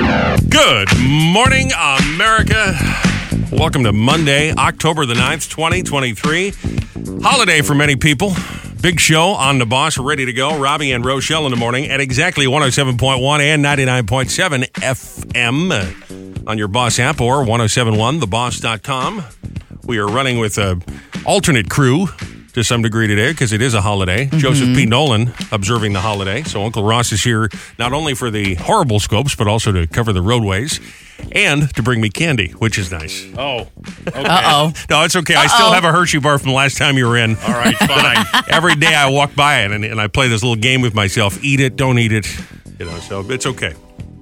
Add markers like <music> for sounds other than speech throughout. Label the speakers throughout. Speaker 1: Good morning, America. Welcome to Monday, October the 9th, 2023. Holiday for many people. Big show on the boss, ready to go. Robbie and Rochelle in the morning at exactly 107.1 and 99.7 FM on your boss app or 1071theboss.com. We are running with a alternate crew to some degree today because it is a holiday.
Speaker 2: Mm-hmm.
Speaker 1: Joseph P. Nolan observing the holiday. So Uncle Ross is here not only for the horrible scopes, but also to cover the roadways and to bring me candy, which is nice.
Speaker 2: Oh, okay.
Speaker 3: Uh oh.
Speaker 1: No, it's okay. I still have a Hershey bar from last time you were in.
Speaker 2: All
Speaker 1: <laughs>
Speaker 2: right, fine.
Speaker 1: Every day I walk by it and, and I play this little game with myself: eat it, don't eat it. You know, so it's okay.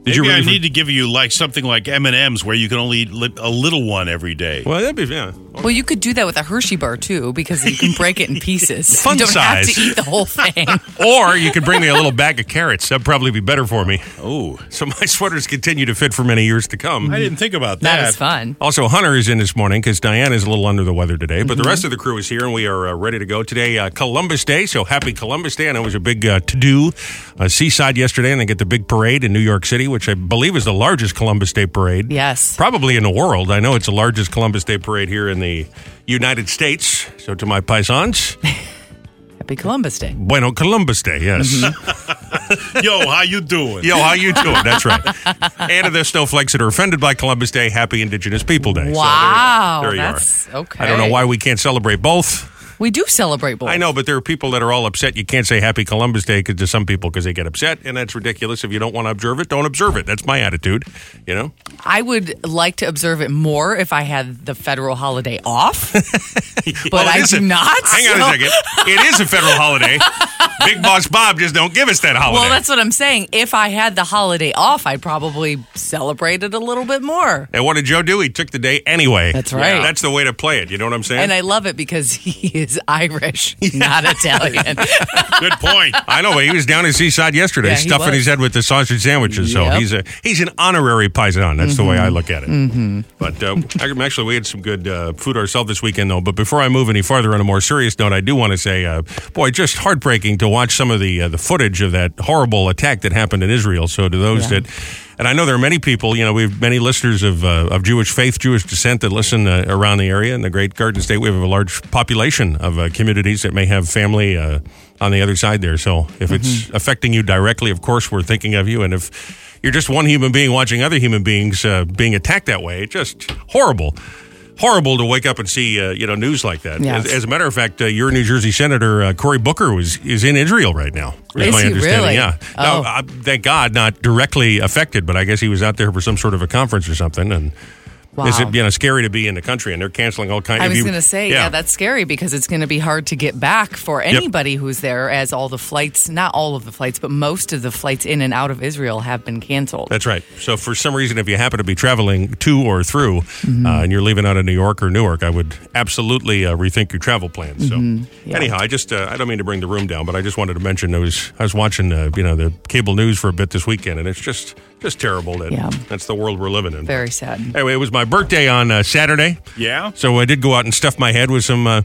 Speaker 1: Did
Speaker 2: Maybe I
Speaker 1: really-
Speaker 2: need to give you like something like M and M's, where you can only eat li- a little one every day.
Speaker 1: Well, that'd be yeah.
Speaker 3: Well, you could do that with a Hershey bar too, because you can break it in pieces.
Speaker 1: <laughs> Fun
Speaker 3: you don't have
Speaker 1: size.
Speaker 3: to eat the
Speaker 1: <laughs>
Speaker 3: whole thing.
Speaker 1: Or you could bring me a little bag of carrots. That'd probably be better for me.
Speaker 2: Oh,
Speaker 1: So my <laughs> sweaters continue to fit for many years to come.
Speaker 2: I didn't think about that.
Speaker 3: Not as fun.
Speaker 1: Also, Hunter is in this morning because Diane is a little under the weather today, but the rest of the crew is here and we are uh, ready to go today. Uh, Columbus Day, so happy Columbus Day! I know it was a big uh, to do uh, seaside yesterday, and they get the big parade in New York City, which I believe is the largest Columbus Day parade,
Speaker 3: Yes.
Speaker 1: probably in the world. I know it's the largest Columbus Day parade here in the United States. So to my paisans, <laughs>
Speaker 3: Happy Columbus Day.
Speaker 1: bueno Columbus Day, yes.
Speaker 2: Yo, how you doing?
Speaker 1: Yo, how you doing? That's right. and to the snowflakes that are offended by Columbus Day, happy Indigenous People Day. So there you-
Speaker 3: Wow,
Speaker 1: there you,
Speaker 3: that's
Speaker 1: are.
Speaker 3: okay.
Speaker 1: I don't know why we can't celebrate both.
Speaker 3: We do celebrate both.
Speaker 1: I know, but there are people that are all upset. You can't say Happy Columbus Day 'cause- to some people because they get upset, and that's ridiculous. If you don't want to observe it, don't observe it. That's my attitude. You know,
Speaker 3: I would like to observe it more if I had the federal holiday
Speaker 1: <laughs>
Speaker 3: off, but
Speaker 1: Well, it
Speaker 3: I
Speaker 1: is
Speaker 3: do
Speaker 1: a-
Speaker 3: not.
Speaker 1: Hang on
Speaker 3: so-
Speaker 1: a second. It is a federal holiday. Big Boss Bob just don't give us that holiday.
Speaker 3: Well, that's what I'm saying. If I had the holiday off, I'd probably celebrate it a little bit more.
Speaker 1: and what did Joe do? He took the day anyway.
Speaker 3: That's right.
Speaker 1: That's the way to play it. You know what I'm saying?
Speaker 3: And I love it because <laughs> he is Irish,
Speaker 1: <laughs>
Speaker 3: not Italian.
Speaker 2: Good point.
Speaker 1: I know, but he was down in Seaside yesterday,
Speaker 3: Yeah, he
Speaker 1: stuffing
Speaker 3: was.
Speaker 1: his head with the sausage sandwiches. So
Speaker 3: Yep.
Speaker 1: he's a he's an honorary paisan. That's the way I look at it. Mm-hmm. But uh, <laughs> ac- actually, we had some good uh, food ourselves this weekend, though. But before I move any farther, on a more serious note, I do want to say, uh, boy, just heartbreaking to watch some of the uh, the footage of that horrible attack that happened in Israel. So to those that. And I know there are many people, you know, we have many listeners of, uh, of Jewish faith, Jewish descent that listen uh, around the area. In the Great Garden State, we have a large population of uh, communities that may have family uh, on the other side there. So if it's affecting you directly, of course, we're thinking of you. And if you're just one human being watching other human beings uh, being attacked that way, it's just horrible. Horrible to wake up and see, uh, you know, news like that.
Speaker 3: Yes.
Speaker 1: As, as a matter of fact, uh, your New Jersey Senator uh, Cory Booker was is in Israel right now. is
Speaker 3: Is
Speaker 1: my
Speaker 3: he
Speaker 1: understanding.
Speaker 3: really?
Speaker 1: Yeah.
Speaker 3: Oh.
Speaker 1: Now, uh, thank God, not directly affected, but I guess he was out there for some sort of a conference or something. And
Speaker 3: Wow.
Speaker 1: is it you know scary to be in the country and they're canceling all kinds?
Speaker 3: I
Speaker 1: if
Speaker 3: was
Speaker 1: you-
Speaker 3: going to say, yeah. that's scary because it's going to be hard to get back for anybody who's there, as all the flights, not all of the flights, but most of the flights in and out of Israel have been canceled.
Speaker 1: That's right. So for some reason, if you happen to be traveling to or through, uh, and you're leaving out of New York or Newark, I would absolutely uh, rethink your travel plans. So anyhow, I just uh, I don't mean to bring the room down, but I just wanted to mention I was I was watching uh, you know the cable news for a bit this weekend, and it's just just terrible that
Speaker 3: Yeah.
Speaker 1: that's the world we're living in.
Speaker 3: Very sad.
Speaker 1: Anyway, it was my birthday on uh, Saturday.
Speaker 2: Yeah?
Speaker 1: So I did go out and stuff my head with some. Uh,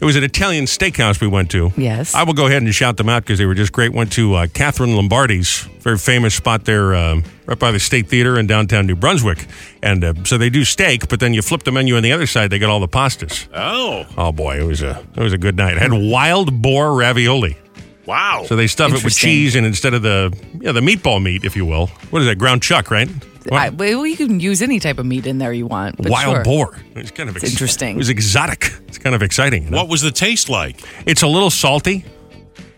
Speaker 1: it was an Italian steakhouse we went to.
Speaker 3: Yes.
Speaker 1: I will go ahead and shout them out because they were just great. Went to uh, Catherine Lombardi's, very famous spot there, um, right by the State Theater in downtown New Brunswick. And uh, so they do steak, but then you flip the menu on the other side, they got all the pastas.
Speaker 2: Oh,
Speaker 1: Oh boy, it was a it was a good night. I had wild boar ravioli.
Speaker 2: wow.
Speaker 1: So they stuff it with
Speaker 3: Interesting.
Speaker 1: cheese, and instead of the yeah the meatball meat, if you will, what is that ground chuck, right? What?
Speaker 3: I, well, you can use any type of meat in there you want. But
Speaker 1: wild
Speaker 3: sure.
Speaker 1: boar. It's kind of
Speaker 3: It's interesting.
Speaker 1: It was exotic. It's kind of exciting. you know?
Speaker 2: what was the taste like?
Speaker 1: It's a little salty.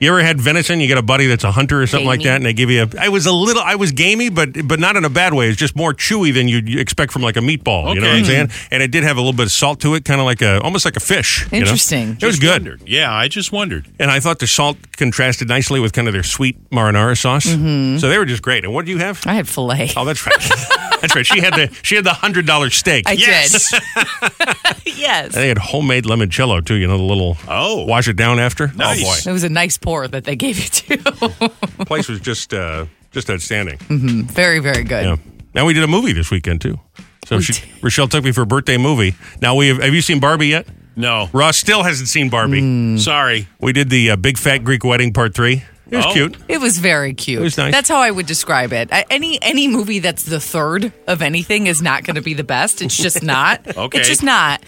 Speaker 1: You ever had venison? You get a buddy that's a hunter or something like
Speaker 3: Gamey.
Speaker 1: that, and they give you a. I was a little. I was gamey, but but not in a bad way. It's just more chewy than you'd expect from like a meatball. You know what I'm
Speaker 2: Okay.
Speaker 1: saying? And it did have a little bit of salt to it, kind of like a almost like a fish. you know?
Speaker 3: Interesting.
Speaker 1: It was
Speaker 2: Just
Speaker 1: good.
Speaker 2: wondered. Yeah, I just wondered.
Speaker 1: And I thought the salt contrasted nicely with kind of their sweet marinara sauce. So they were just great. And what do you have?
Speaker 3: I had filet.
Speaker 1: <laughs> Oh, that's right. that's right. She had the she had the hundred dollar steak.
Speaker 3: I
Speaker 2: yes.
Speaker 3: did. yes.
Speaker 1: And they had homemade limoncello too. You know the little
Speaker 2: Oh.
Speaker 1: wash it down after.
Speaker 2: Nice.
Speaker 1: Oh boy.
Speaker 3: <laughs> It was a nice pour that they gave you too. <laughs>
Speaker 1: place was just uh, just outstanding.
Speaker 3: very, very good.
Speaker 1: Yeah. Now we did a movie this weekend too. So
Speaker 3: We
Speaker 1: she,
Speaker 3: did.
Speaker 1: Rochelle took me for a birthday movie. Now we have. Have you seen Barbie yet?
Speaker 2: <laughs> No,
Speaker 1: <laughs> Ross still hasn't seen Barbie.
Speaker 2: sorry.
Speaker 1: We did the uh, Big Fat Greek Wedding Part Three. It was
Speaker 2: Oh.
Speaker 1: cute.
Speaker 3: It was very cute.
Speaker 1: It was nice.
Speaker 3: That's how I would describe it. I- Any any movie that's the third of anything is not going to be the best.
Speaker 1: <laughs>
Speaker 3: It's just not.
Speaker 2: Okay.
Speaker 3: It's just not.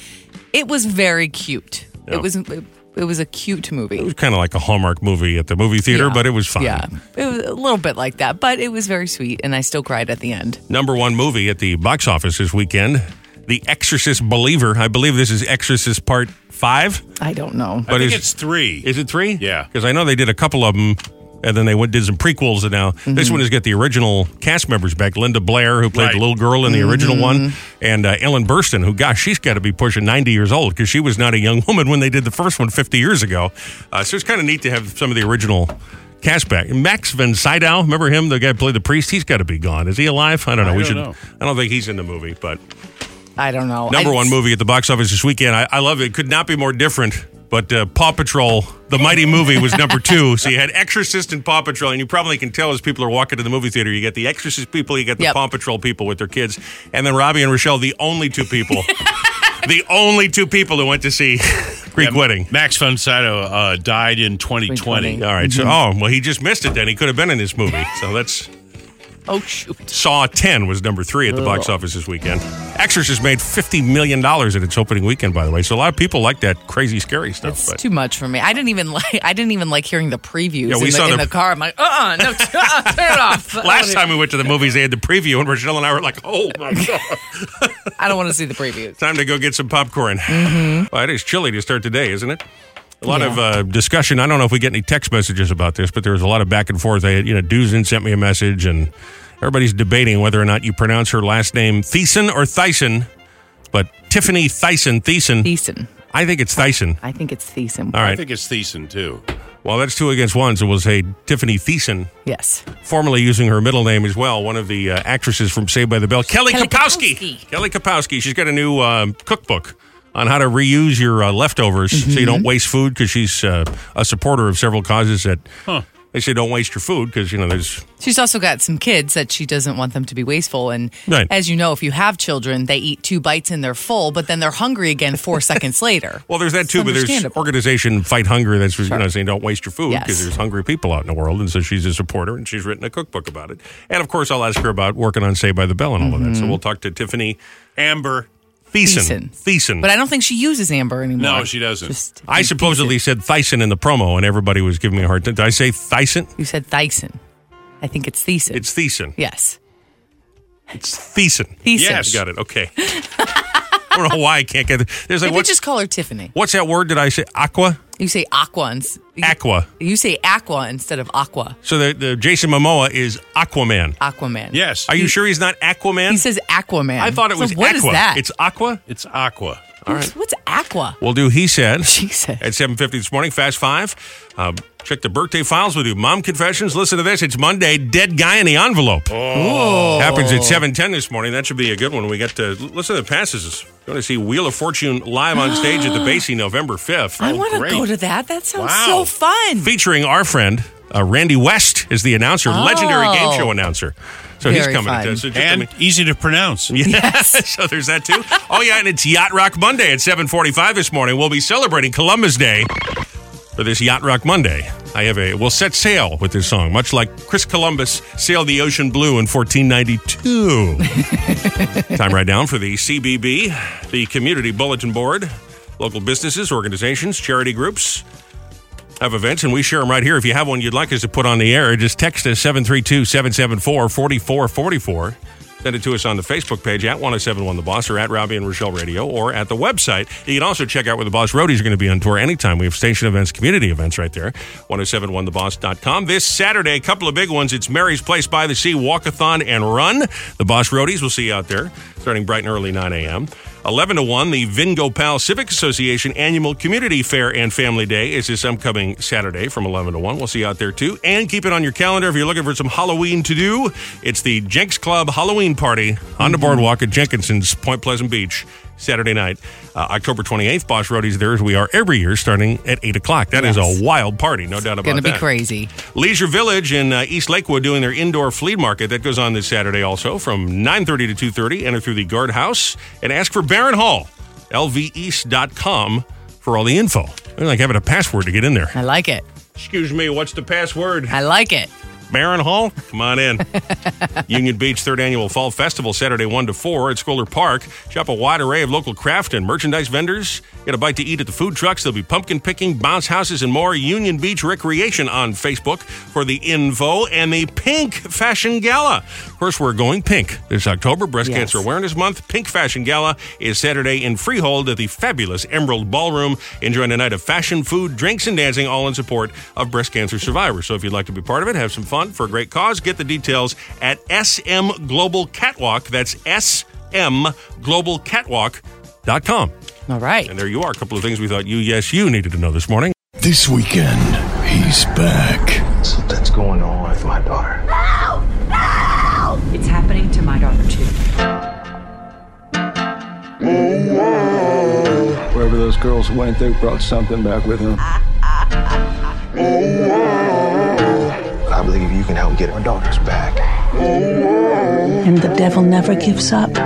Speaker 3: It was very cute.
Speaker 1: Yeah.
Speaker 3: It was it, it was a cute movie.
Speaker 1: It was kind of like a Hallmark movie at the movie theater,
Speaker 3: Yeah.
Speaker 1: but it was fine.
Speaker 3: Yeah, it was a little bit like that, but it was very sweet, and I still cried at the end.
Speaker 1: Number one movie at the box office this weekend The Exorcist Believer. I believe this is Exorcist Part 5.
Speaker 3: I don't know.
Speaker 1: But
Speaker 2: I think
Speaker 1: is-
Speaker 2: it's three.
Speaker 1: Is it three?
Speaker 2: Yeah.
Speaker 1: Because I know they did a couple of them, and then they went, did some prequels, and now this one has got the original cast members back. Linda Blair, who played
Speaker 2: Right.
Speaker 1: the little girl in the original one, and uh, Ellen Burstyn, who, gosh, she's got to be pushing 90 years old because she was not a young <laughs> woman when they did the first one 50 years ago. Uh, so it's kind of neat to have some of the original cast back. Max Van Sydow, remember him? The guy who played the priest? He's got to be gone. Is he alive? I don't know. we
Speaker 2: don't
Speaker 1: should.
Speaker 2: know.
Speaker 1: I don't think he's in the movie, but
Speaker 3: I don't know.
Speaker 1: number
Speaker 3: I-
Speaker 1: one movie at the box office this weekend. I, I love it. Could not be more different. But uh, Paw Patrol, the mighty movie, was
Speaker 3: <laughs>
Speaker 1: number two. So you had Exorcist and Paw Patrol, and you probably can tell as people are walking to the movie theater, you get the Exorcist people, you get the
Speaker 3: Yep.
Speaker 1: Paw Patrol people with their kids, and then Robbie and Rochelle, the only two
Speaker 3: <laughs>
Speaker 1: people, the only two people who went to see <laughs> Greek Wedding.
Speaker 2: Max von Sydow uh, died in 2020.
Speaker 3: 2020.
Speaker 1: All right, so
Speaker 3: Mm-hmm.
Speaker 1: oh well, he just missed it. Then he could have been in this movie. So that's
Speaker 3: Oh shoot!
Speaker 1: Saw 10 was number three at the box office this weekend. Exorcist made $50 million at its opening weekend, by the way. So a lot of people like that crazy, scary stuff.
Speaker 3: It's
Speaker 1: but
Speaker 3: too much for me. I didn't even <laughs> like. I didn't even like hearing the previews
Speaker 1: Yeah, we
Speaker 3: in, the,
Speaker 1: saw
Speaker 3: in
Speaker 1: the-
Speaker 3: the car. I'm like, uh, uh no, <laughs> t- uh, turn it off.
Speaker 1: last time we went to the movies, they had the preview, and Rochelle and I were like, oh my God.
Speaker 3: I don't want to see the previews.
Speaker 1: Time to go get some popcorn. Well, it is chilly to start today, isn't it? A lot of uh, discussion. I don't know if we get any text messages about this, but there was a lot of back and forth. I, you know, Duzin sent me a message, and everybody's debating whether or not you pronounce her last name Thiessen or Thyssen. But Tiffany Thyssen, Thiessen.
Speaker 3: Thiessen.
Speaker 1: I think it's Thyssen.
Speaker 3: I think it's Thiessen.
Speaker 1: All
Speaker 2: I
Speaker 1: right.
Speaker 2: think it's Thiessen, too.
Speaker 1: Well, that's two against one. So we'll say Tiffany Thiessen,
Speaker 3: Yes.
Speaker 1: formerly using her middle name as well, one of the uh, actresses from Saved by the Bell, Kelly,
Speaker 3: Kelly
Speaker 1: Kapowski.
Speaker 3: Kapowski.
Speaker 1: Kelly Kapowski. She's got a new um, cookbook on how to reuse your uh, leftovers
Speaker 3: Mm-hmm.
Speaker 1: so you don't waste food because she's uh, a supporter of several causes that they say don't waste your food because, you know, there's.
Speaker 3: She's also got some kids that she doesn't want them to be wasteful. And
Speaker 1: Right.
Speaker 3: as you know, if you have children, they eat two bites and they're full, but then they're hungry again
Speaker 1: <laughs>
Speaker 3: four seconds later.
Speaker 1: Well, there's that too, but there's
Speaker 3: understandable.
Speaker 1: organization Fight Hunger that's you know saying don't waste your food
Speaker 3: Yes.
Speaker 1: because there's hungry people out in the world, and so she's a supporter and she's written a cookbook about it. And of course, I'll ask her about working on Saved by the Bell and all of that. So
Speaker 3: Mm-hmm.
Speaker 1: we'll talk to Tiffany
Speaker 2: Amber.
Speaker 1: Thiessen.
Speaker 3: Thiessen.
Speaker 1: Thiessen.
Speaker 3: But I don't think she uses Amber anymore.
Speaker 2: No, she doesn't.
Speaker 3: Just,
Speaker 1: I supposedly said Thyssen in the promo, and everybody was giving me a hard time. Did I say Thyssen?
Speaker 3: you said Thyssen. I think it's Thiessen.
Speaker 1: It's Thiessen.
Speaker 3: yes.
Speaker 1: It's Thiessen.
Speaker 3: Thiessen.
Speaker 2: Yes.
Speaker 1: Got it. Okay. I don't know why I can't get it. There's like
Speaker 3: Maybe
Speaker 1: what's,
Speaker 3: just call her Tiffany.
Speaker 1: what's that word? Did I say aqua?
Speaker 3: You say aqua. And, s- you-
Speaker 1: Aqua.
Speaker 3: You say aqua instead of aqua.
Speaker 1: So the, the Jason Momoa is Aquaman.
Speaker 3: Aquaman.
Speaker 2: Yes.
Speaker 1: Are you sure he's not Aquaman?
Speaker 3: He says Aquaman.
Speaker 1: I thought it
Speaker 3: So
Speaker 1: was
Speaker 3: what
Speaker 1: aqua.
Speaker 3: is that?
Speaker 1: It's aqua.
Speaker 2: It's Aqua.
Speaker 3: What's- What's aqua?
Speaker 1: We'll do. He said.
Speaker 3: Jesus.
Speaker 1: At seven fifty this morning, fast five. Um, check the birthday files. We do mom confessions. Listen to this. It's Monday. Dead guy in the envelope.
Speaker 3: Oh.
Speaker 1: Happens at seven ten this morning. That should be a good one. We got to listen to the passes. Going to see Wheel of Fortune live on stage
Speaker 3: <gasps>
Speaker 1: at the Basie November fifth.
Speaker 3: I want to
Speaker 2: great.
Speaker 3: go to that. That sounds
Speaker 2: Wow.
Speaker 3: so fun.
Speaker 1: featuring our friend uh, Randy West is the announcer, legendary
Speaker 3: Oh.
Speaker 1: game show announcer. So he's
Speaker 3: Very
Speaker 1: coming.
Speaker 3: fun.
Speaker 1: Uh, so just- I
Speaker 2: And
Speaker 1: mean-
Speaker 2: easy to pronounce.
Speaker 3: Yes.
Speaker 1: <laughs> so there's that too. Oh yeah, and it's Yacht Rock Monday at 7:45 this morning. We'll be celebrating Columbus Day for this Yacht Rock Monday. I have a we'll set sail with this song, much like Chris Columbus sailed the ocean blue in 1492. Time right now for the CBB, the Community Bulletin Board. Local businesses, organizations, charity groups have events, and we share them right here. If you have one you'd like us to put on the air, just text us 732 774 4444. Send it to us on the Facebook page at 1071 The Boss or at Robbie and Rochelle Radio or at the website. You can also check out where the Boss Roadies are going to be on tour anytime. We have station events, community events right there. 1071theboss.com. This Saturday, a couple of big ones. It's Mary's Place by the Sea, Walkathon and Run. The Boss Roadies will see you out there starting bright and early 9 a.m. 11 to 1, the Vingo Pal Civic Association Annual Community Fair and Family Day is this upcoming Saturday from 11 to 1. We'll see you out there too. And keep it on your calendar if you're looking for some Halloween to do. It's the Jenks Club Halloween Party on the
Speaker 3: Mm-hmm.
Speaker 1: boardwalk at Jenkinson's Point Pleasant Beach. Saturday night, uh, October 28th, Boss Roadies there as we are every year starting at 8 o'clock. That is
Speaker 3: Yes.
Speaker 1: a wild party, no doubt about
Speaker 3: Going to be
Speaker 1: that.
Speaker 3: crazy.
Speaker 1: Leisure Village in uh, East Lakewood doing their indoor flea market that goes on this Saturday also from 9:30 to 2:30. Enter through the guard house and ask for Baron Hall, lveast.com for all the info. They're like having a password to get in there.
Speaker 3: I like it.
Speaker 1: Excuse me, what's the password?
Speaker 3: I like it.
Speaker 1: Barron Hall, come on in. Union Beach Third Annual Fall Festival, Saturday 1 to 4 at Schooler Park. Shop a wide array of local craft and merchandise vendors. Get a bite to eat at the food trucks. There'll be pumpkin picking, bounce houses, and more. Union Beach Recreation on Facebook for the info and the Pink Fashion Gala. Of course, we're going pink this October, Breast
Speaker 3: Yes.
Speaker 1: Cancer Awareness Month. Pink Fashion Gala is Saturday in Freehold at the fabulous Emerald Ballroom. Enjoying a night of fashion, food, drinks, and dancing, all in support of breast cancer survivors. So if you'd like to be part of it, have some fun for a great cause, get the details at SM Global Catwalk. That's smglobalcatwalk.com.
Speaker 3: All right.
Speaker 1: And there you are. A couple of things we thought you, yes, you needed to know this morning.
Speaker 4: This weekend, he's back.
Speaker 5: Something's going on with my daughter.
Speaker 6: It's happening to my daughter too.
Speaker 7: Wherever those girls went, they brought something back with
Speaker 5: <laughs> Oh,
Speaker 7: them.
Speaker 5: I believe you can help get our daughters back.
Speaker 8: And the devil never gives up.
Speaker 4: The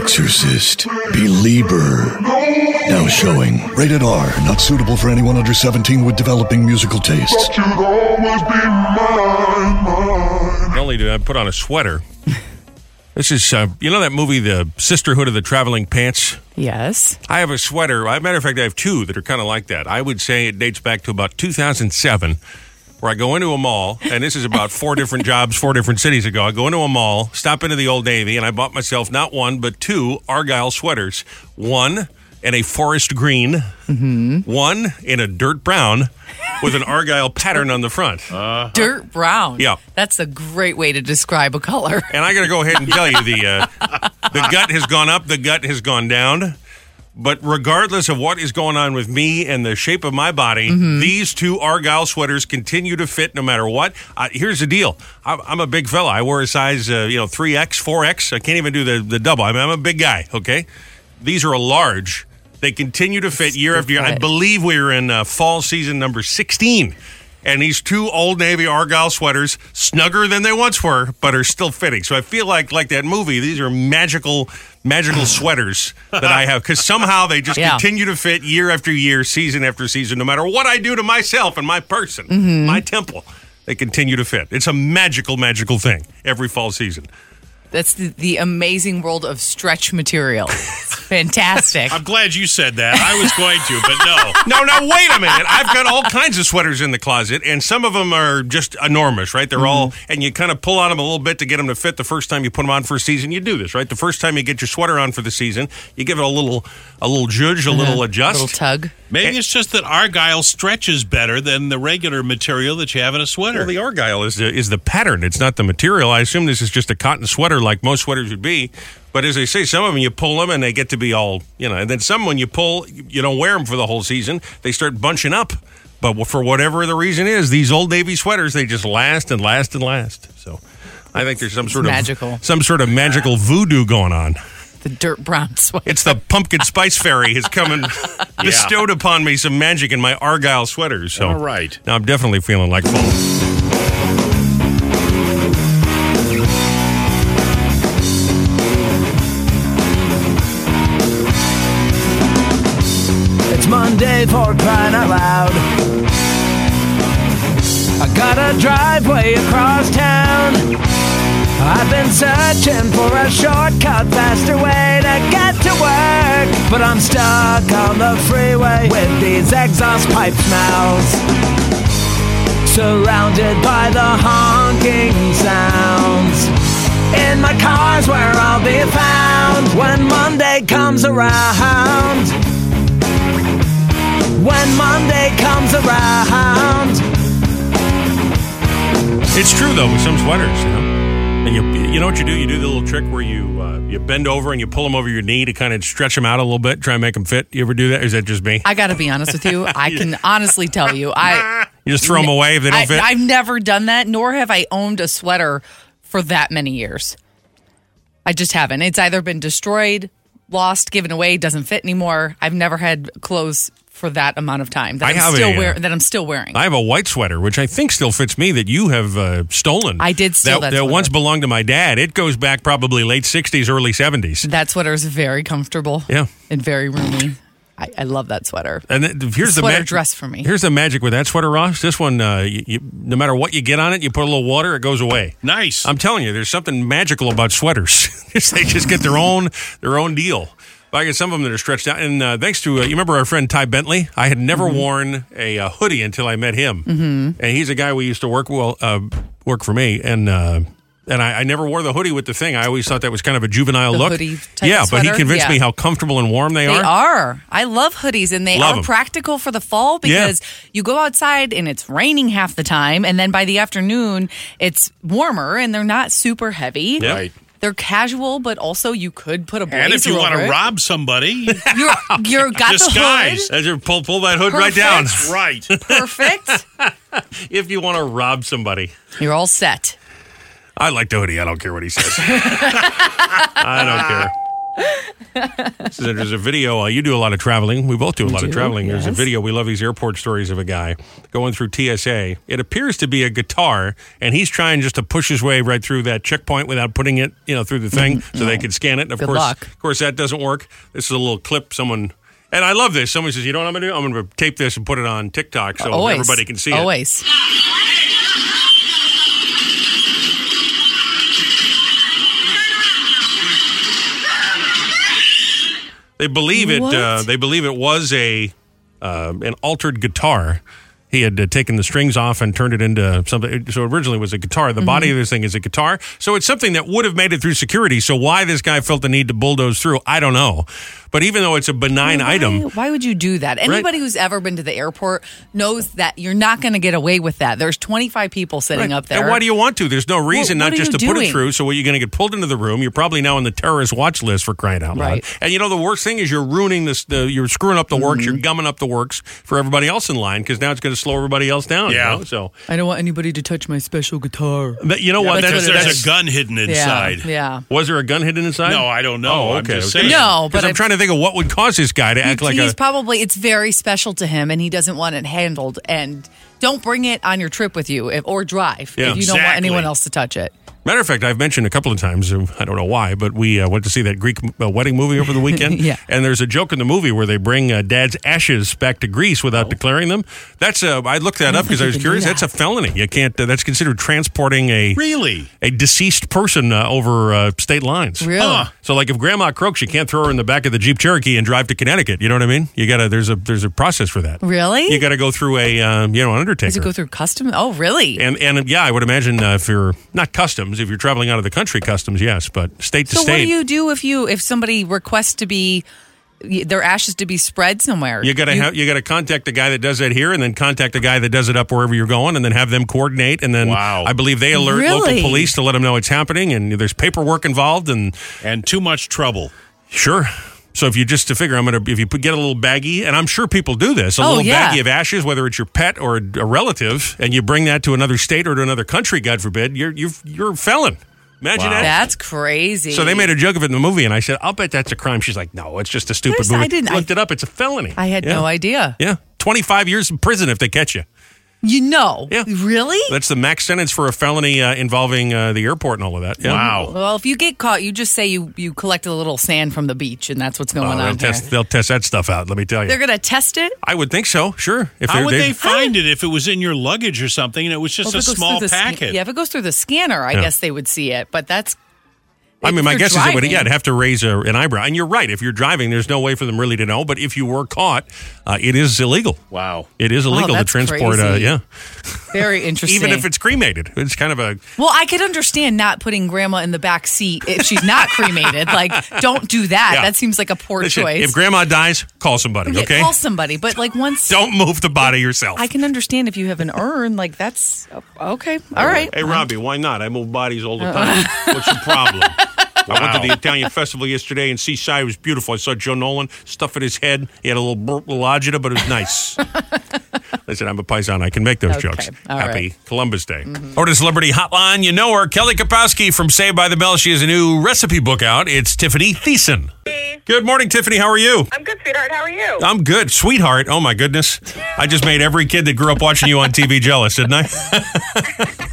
Speaker 4: Exorcist, Belieber. Now showing. Rated R. Not suitable for anyone under 17 with developing musical tastes.
Speaker 1: Not only did I uh, put on a sweater, this is, uh, you know, that movie, The Sisterhood of the Traveling Pants?
Speaker 3: Yes.
Speaker 1: I have a sweater. As a matter of fact, I have two that are kind of like that. I would say it dates back to about 2007, where I go into a mall, and this is about four different jobs, four different cities ago. I go into a mall, stop into the Old Navy, and I bought myself not one, but two Argyle sweaters. One in a forest green, one in a dirt brown with an Argyle pattern on the front.
Speaker 3: Dirt brown.
Speaker 1: Uh-huh. Yeah.
Speaker 3: That's a great way to describe a color. <laughs>
Speaker 1: And I got to go ahead and tell you the uh, the gut has gone up, the gut has gone down. But regardless of what is going on with me and the shape of my body, these two Argyle sweaters continue to fit no matter what. Uh, here's the deal: I'm, I'm a big fella. I wear a size, uh, you know, three X, four X. I can't even do the the double. I mean, I'm a big guy. Okay, these are a large. They continue to fit year after year. I
Speaker 3: fit.
Speaker 1: believe we were in uh, fall season number 16. And these two old navy argyle sweaters, snugger than they once were, but are still fitting. So I feel like, like that movie, these are magical, magical sweaters that I have because somehow they just
Speaker 3: Yeah.
Speaker 1: continue to fit year after year, season after season, no matter what I do to myself and my person, my temple. They continue to fit. It's a magical, magical thing every fall season.
Speaker 3: That's the, the amazing world of
Speaker 1: <laughs>
Speaker 3: stretch material. It's fantastic.
Speaker 2: I'm glad you said that. I <laughs> was going to, but no.
Speaker 1: <laughs> No, now wait a minute. I've got all kinds of sweaters in the closet, and some of them are just enormous, right? They're all,
Speaker 2: Mm-hmm.
Speaker 1: and you kind of pull on them a little bit to get them to fit. The first time you put them on for a season, you do this, right? The first time you get your sweater on for the season, you give it a little, a little
Speaker 2: Mm-hmm.
Speaker 1: judge, a little adjust.
Speaker 3: Little tug.
Speaker 1: Eh.
Speaker 2: Maybe it's just that argyle stretches better than the regular material that you have in a sweater.
Speaker 1: Well, the argyle is the, is the pattern. It's not the material. I assume this is just a cotton sweater, like most sweaters would be. But as they say, some of them you pull them and they get to be all you know. And then some when you pull, you don't wear them for the whole season. They start bunching up. But for whatever the reason is, these old navy sweaters they just last and last and last. So I think there's some sort
Speaker 3: magical.
Speaker 1: of some sort of
Speaker 2: <laughs>
Speaker 1: magical voodoo going on.
Speaker 3: The dirt brown sweater.
Speaker 1: It's the
Speaker 2: <laughs>
Speaker 1: pumpkin spice fairy has come and bestowed upon me some magic in my argyle sweaters. So
Speaker 2: All right.
Speaker 1: now I'm definitely feeling like fall.
Speaker 9: It's Monday for crying out loud. I got a driveway across town. I've been searching for a shortcut, faster way to get to work. But I'm stuck on the freeway with these exhaust pipe smells. Surrounded by the honking sounds. In my car's where I'll be found when Monday comes around when Monday comes around.
Speaker 1: It's true though with some sweaters, you know. And you, you know what you do? You do the little trick where you uh, you bend over and you pull them over your knee to kind of stretch them out a little bit, try and make them fit. You ever do that? Or is that just me?
Speaker 3: I got to be honest with
Speaker 1: <laughs>
Speaker 3: you. I can honestly tell you, I
Speaker 1: You just throw them away if they don't
Speaker 3: I,
Speaker 1: fit.
Speaker 3: I've never done that, nor have I owned a sweater for that many years. I just haven't. It's either been destroyed, lost, given away, doesn't fit anymore. I've never had clothes for that amount of time that
Speaker 1: I
Speaker 3: am
Speaker 1: have
Speaker 3: still
Speaker 1: a, uh,
Speaker 3: wearing. That I'm still wearing.
Speaker 1: I have a white sweater, which I think still fits me, that you have uh, stolen.
Speaker 3: I did steal that sweater.
Speaker 1: once belonged to my dad. It goes back probably late 60s, early 70s.
Speaker 3: that sweater is very comfortable.
Speaker 1: Yeah.
Speaker 3: and very roomy. I, I love that sweater.
Speaker 1: And th- th- here's the
Speaker 3: Sweater
Speaker 1: magic.
Speaker 3: dress for me.
Speaker 1: Here's the magic with that sweater, Ross. This one, uh, you, you, no matter what you get on it, you put a little water, it goes away.
Speaker 2: Nice.
Speaker 1: I'm telling you, there's something magical about sweaters. <laughs> they just get
Speaker 3: <laughs>
Speaker 1: their own their own deal. But I get some of them that are stretched out. And uh, thanks to uh, you remember our friend Ty Bentley. I had never
Speaker 3: Mm-hmm.
Speaker 1: worn a uh, hoodie until I met him, mm-hmm. and he's a guy we used to work well uh, work for me and. Uh, and I, I never wore the hoodie with the thing. I always thought that was kind of a juvenile
Speaker 3: The
Speaker 1: look.
Speaker 3: hoodie type of
Speaker 1: yeah, but he
Speaker 3: sweater?
Speaker 1: convinced
Speaker 3: Yeah.
Speaker 1: me how comfortable and warm they,
Speaker 3: They
Speaker 1: are.
Speaker 3: are. I love hoodies and they
Speaker 1: Love
Speaker 3: are
Speaker 1: 'em.
Speaker 3: practical for the fall
Speaker 1: Yeah.
Speaker 3: because you go outside and it's raining half the time and then by the afternoon it's warmer and they're not super heavy.
Speaker 1: Yep.
Speaker 2: Right.
Speaker 3: They're casual, but also you could put a blazer
Speaker 2: And if you want
Speaker 3: over
Speaker 2: to
Speaker 3: it.
Speaker 2: rob somebody,
Speaker 3: you're, you're got
Speaker 2: Disguise.
Speaker 3: the
Speaker 1: As you pull pull that hood <laughs> right down. <laughs>
Speaker 2: <laughs>
Speaker 3: Perfect.
Speaker 2: right.
Speaker 3: hood perfect.
Speaker 1: If you want to rob somebody,
Speaker 3: you're all set.
Speaker 1: I like the hoodie. I don't care what he says. <laughs> I don't care. So there's a video. Uh, you do a lot of traveling. We both do a lot of traveling. There's a video. We love these airport stories of a guy going through TSA. It appears to be a guitar, and he's trying just to push his way right through that checkpoint without putting it, you know, through the thing so they could scan it. And of
Speaker 3: Mm-hmm.
Speaker 1: course,
Speaker 3: Good luck.
Speaker 1: of course, that doesn't work. This is a little clip. Someone. And I love this. Someone says, "You know what I'm going to do? I'm going to tape this and put it on TikTok so
Speaker 3: Always.
Speaker 1: Oh, everybody can see it."
Speaker 3: Always.
Speaker 1: They believe it.
Speaker 3: What?
Speaker 1: Uh, they believe it was a uh, an altered guitar. He had uh, taken the strings off and turned it into something. So originally it was a guitar. The body of this thing is a guitar. So it's something that would have made it through security. So why this guy felt the need to bulldoze through, I don't know. But even though it's a benign
Speaker 3: Why-
Speaker 1: item,
Speaker 3: Why would you do that? Anybody who's ever been to the airport knows that you're not going to get away with that. There's 25 people sitting up there.
Speaker 1: And why do you want to? There's no reason
Speaker 3: Well, what
Speaker 1: not
Speaker 3: are
Speaker 1: just to
Speaker 3: you
Speaker 1: put it
Speaker 3: doing?
Speaker 1: through. So, what, you're going to get pulled into the room. You're probably now on the terrorist watch list for crying out loud.
Speaker 3: Right.
Speaker 1: And you know the worst thing is you're ruining this. The, you're screwing up the works.
Speaker 3: Mm-hmm.
Speaker 1: You're gumming up the works for everybody else in line because now it's going to slow everybody else down. you
Speaker 2: Yeah.
Speaker 1: know? So,
Speaker 3: I don't want anybody to touch my special guitar.
Speaker 1: but you know what?
Speaker 3: but
Speaker 1: That's,
Speaker 2: Because
Speaker 3: what it
Speaker 1: that's
Speaker 2: there's a gun hidden inside.
Speaker 3: Yeah.
Speaker 1: was there a gun hidden inside?
Speaker 2: No, I don't know.
Speaker 1: Oh,
Speaker 2: I'm
Speaker 1: okay.
Speaker 2: just saying.
Speaker 3: No,
Speaker 1: Because
Speaker 3: but
Speaker 1: I'm
Speaker 3: I-
Speaker 1: trying to think of what would cause this guy to act like
Speaker 3: he's
Speaker 1: a.
Speaker 3: probably it's very special to him, and he doesn't want it handled. And don't bring it on your trip with you, if, or drive
Speaker 1: Yeah,
Speaker 3: if you don't want
Speaker 2: exactly.
Speaker 3: anyone else to touch it.
Speaker 1: Matter of fact, I've mentioned a couple of times, uh, I don't know why, but we uh, went to see that Greek uh, wedding movie
Speaker 3: <laughs>
Speaker 1: over the weekend.
Speaker 3: Yeah.
Speaker 1: And there's a joke in the movie where they bring uh, dad's ashes back to Greece without declaring them. That's uh, I looked that up because I was
Speaker 3: Oh. think you can do
Speaker 1: curious.
Speaker 3: that.
Speaker 1: That's a felony. You can't, uh, that's considered transporting a
Speaker 2: Really?
Speaker 1: a deceased person uh, over uh, state lines.
Speaker 3: Really? Huh.
Speaker 1: So, like, if Grandma croaks, you can't throw her in the back of the Jeep Cherokee and drive to Connecticut. You know what I mean? You gotta. There's a there's a process for that.
Speaker 3: Really?
Speaker 1: You gotta go through a um, you know an undertaker.
Speaker 3: Does it go through custom? Oh, really?
Speaker 1: And and yeah, I would imagine uh, if you're not customs, if you're traveling out of the country, customs, yes, but state to
Speaker 3: so what
Speaker 1: state,
Speaker 3: do you do if you if somebody requests to be their ashes to be spread somewhere?
Speaker 1: you gotta have you gotta contact the guy that does it here, and then contact the guy that does it up wherever you're going, and then have them coordinate, and then
Speaker 2: Wow.
Speaker 1: I believe they alert
Speaker 3: Really?
Speaker 1: local police to let them know it's happening, and there's paperwork involved, and
Speaker 2: And too much trouble.
Speaker 1: sure. So if you just to figure, I'm gonna if you put, get a little baggie, and I'm sure people do this, a
Speaker 3: Oh,
Speaker 1: little
Speaker 3: yeah.
Speaker 1: baggie of ashes, whether it's your pet or a, a relative, and you bring that to another state or to another country, God forbid, you're you're you're a felon. Imagine that.
Speaker 3: That's crazy.
Speaker 1: So they made a joke of it in the movie, and I said, "I'll bet that's a crime." She's like, "No, it's just a stupid
Speaker 3: There's-
Speaker 1: movie."
Speaker 3: I didn't-
Speaker 1: looked
Speaker 3: I-
Speaker 1: it up. It's a felony.
Speaker 3: I had
Speaker 1: Yeah.
Speaker 3: no idea.
Speaker 1: Yeah, twenty-five years in prison if they catch you.
Speaker 3: You know?
Speaker 1: Yeah,
Speaker 3: Really?
Speaker 1: That's the max sentence for a felony uh, involving uh, the airport and all of that. Yeah. Uh,
Speaker 2: Wow.
Speaker 3: well, if you get caught, you just say you you collected a little sand from the beach, and that's what's
Speaker 1: Oh,
Speaker 3: going on.
Speaker 1: they'll
Speaker 3: here.
Speaker 1: test. They'll test that stuff out. Let me tell you.
Speaker 3: They're gonna test it.
Speaker 1: I would think so. Sure. If
Speaker 2: How
Speaker 1: they're-
Speaker 2: would
Speaker 1: they-
Speaker 2: they find it if it was in your luggage or something and it was just
Speaker 3: Well,
Speaker 2: a
Speaker 3: if it goes
Speaker 2: small
Speaker 3: through the sca-
Speaker 2: packet?
Speaker 3: yeah, if it goes through the scanner, I
Speaker 1: Yeah.
Speaker 3: guess they would see it. But that's.
Speaker 1: I mean, my
Speaker 3: If
Speaker 1: guess
Speaker 3: you're
Speaker 1: is it would. Yeah,
Speaker 3: driving-
Speaker 1: it'd have to raise a, an eyebrow. And you're right. If you're driving, there's no way for them really to know. But if you were caught, uh, it is illegal.
Speaker 2: Wow.
Speaker 1: It is illegal to
Speaker 3: that's
Speaker 1: transport. Uh,
Speaker 3: crazy.
Speaker 1: yeah. <laughs>
Speaker 3: Very interesting.
Speaker 1: Even if it's cremated, it's kind of a
Speaker 3: well, I could understand not putting grandma in the back seat if she's not
Speaker 1: <laughs>
Speaker 3: cremated. Like, don't do that.
Speaker 1: Yeah.
Speaker 3: That seems like a poor
Speaker 1: Listen,
Speaker 3: choice.
Speaker 1: If grandma dies, call somebody,
Speaker 3: Yeah,
Speaker 1: okay?
Speaker 3: Call somebody, but like once
Speaker 1: Don't move the body yourself.
Speaker 3: I can understand if you have an urn, like that's oh, okay. All right.
Speaker 1: hey, Robbie, why not? I move bodies all the time.
Speaker 3: Uh.
Speaker 1: What's the problem?
Speaker 3: <laughs>
Speaker 1: I went to the Italian festival yesterday and Seaside was beautiful. I saw Joe Nolan stuff in his head. He had a little bur- little agita, but it was
Speaker 3: <laughs>
Speaker 1: nice. Listen, I'm a paisan. I can make those
Speaker 3: Okay,
Speaker 1: jokes.
Speaker 3: all Mm-hmm.
Speaker 1: Happy Columbus Day. Or to Celebrity Hotline, you know her, Kelly Kapowski from Saved by the Bell. She has a new recipe book out. It's Tiffany Thiessen. Good morning, Tiffany. How are you?
Speaker 10: I'm good, sweetheart. How are you?
Speaker 1: I'm good, sweetheart. Oh my goodness, I just made every kid that grew up watching you on TV jealous, didn't I? <laughs>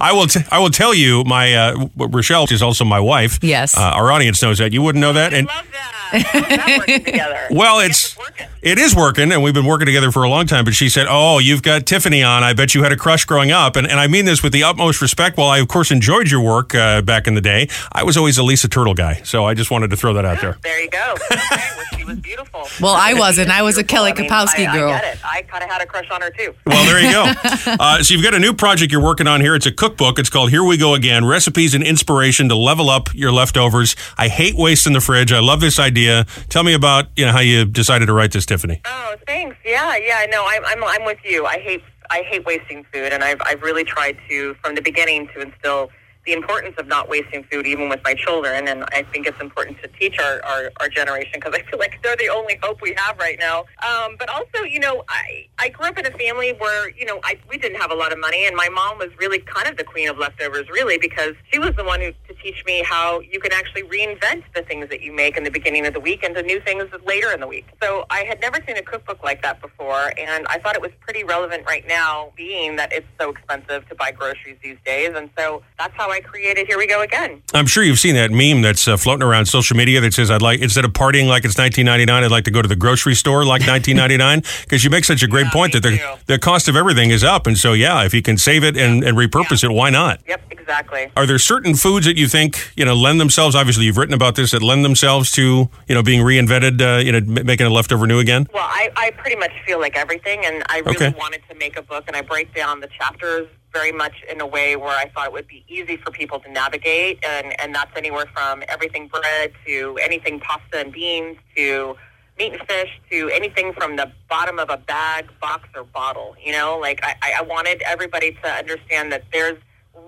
Speaker 1: I will. T- I will tell you. My uh, Rochelle is also my wife.
Speaker 3: Yes.
Speaker 1: Uh, our audience knows that. You wouldn't know that, and
Speaker 10: Love that. not working together.
Speaker 1: <laughs> Well,
Speaker 10: I
Speaker 1: it's
Speaker 10: guess working.
Speaker 1: it is working, and we've been working together for a long time. But she said, "Oh, you've got Tiffany on. I bet you had a crush growing up." And and I mean this with the utmost respect. While I of course enjoyed your work uh, back in the day, I was always a Lisa Turtle guy. So I just wanted to throw that out there.
Speaker 10: There
Speaker 1: <laughs>
Speaker 10: you go. Okay, well, she was beautiful.
Speaker 3: Well, I
Speaker 10: She
Speaker 3: wasn't. I was a
Speaker 10: beautiful.
Speaker 3: Kelly
Speaker 10: I mean,
Speaker 3: Kapowski
Speaker 10: I-
Speaker 3: girl.
Speaker 10: I get it. I kind of had a crush on her too.
Speaker 1: Well, there you go. Uh, so you've got a new project you're working on here. It's a cookbook. It's called Here We Go Again: Recipes and Inspiration to Level Up Your Leftovers. I hate waste in the fridge. I love this idea. Tell me about you know how you decided to write this, Tiffany.
Speaker 10: Oh, thanks. Yeah, yeah. No, I'm I'm I'm with you. I hate I hate wasting food, and I've I've really tried to from the beginning to instill the importance of not wasting food, even with my children. And I think it's important to teach our our, our generation because I feel like they're the only hope we have right now. Um, but also, you know, I I grew up in a family where you know I we didn't have a lot of money, and my mom was really kind of the queen of leftovers, really, because she was the one who to teach me how you can actually reinvent the things that you make in the beginning of the week into new things later in the week. So I had never seen a cookbook like that before, and I thought it was pretty relevant right now, being that it's so expensive to buy groceries these days. And so that's how I created Here We Go Again.
Speaker 1: I'm sure you've seen that meme that's uh, floating around social media that says, "I'd like instead of partying like it's 1999, I'd like to go to the grocery store
Speaker 10: <laughs>
Speaker 1: like 1999." Because you make such a great point that
Speaker 10: me
Speaker 1: the,
Speaker 10: too.
Speaker 1: the cost of everything is up, and so yeah, if you can save it and, and repurpose it, why not?
Speaker 10: Yep, exactly.
Speaker 1: Are there certain foods that you think you know lend themselves? Obviously, you've written about this that lend themselves to you know being reinvented, uh, you know, m- making a leftover new again.
Speaker 10: Well, I, I pretty much feel like everything, and I really
Speaker 1: Okay.
Speaker 10: wanted to make a book, and I break down the chapters very much in a way where I thought it would be easy for people to navigate, and, and that's anywhere from everything bread to anything pasta and beans to meat and fish to anything from the bottom of a bag, box, or bottle. You know, like I, I I wanted everybody to understand that there's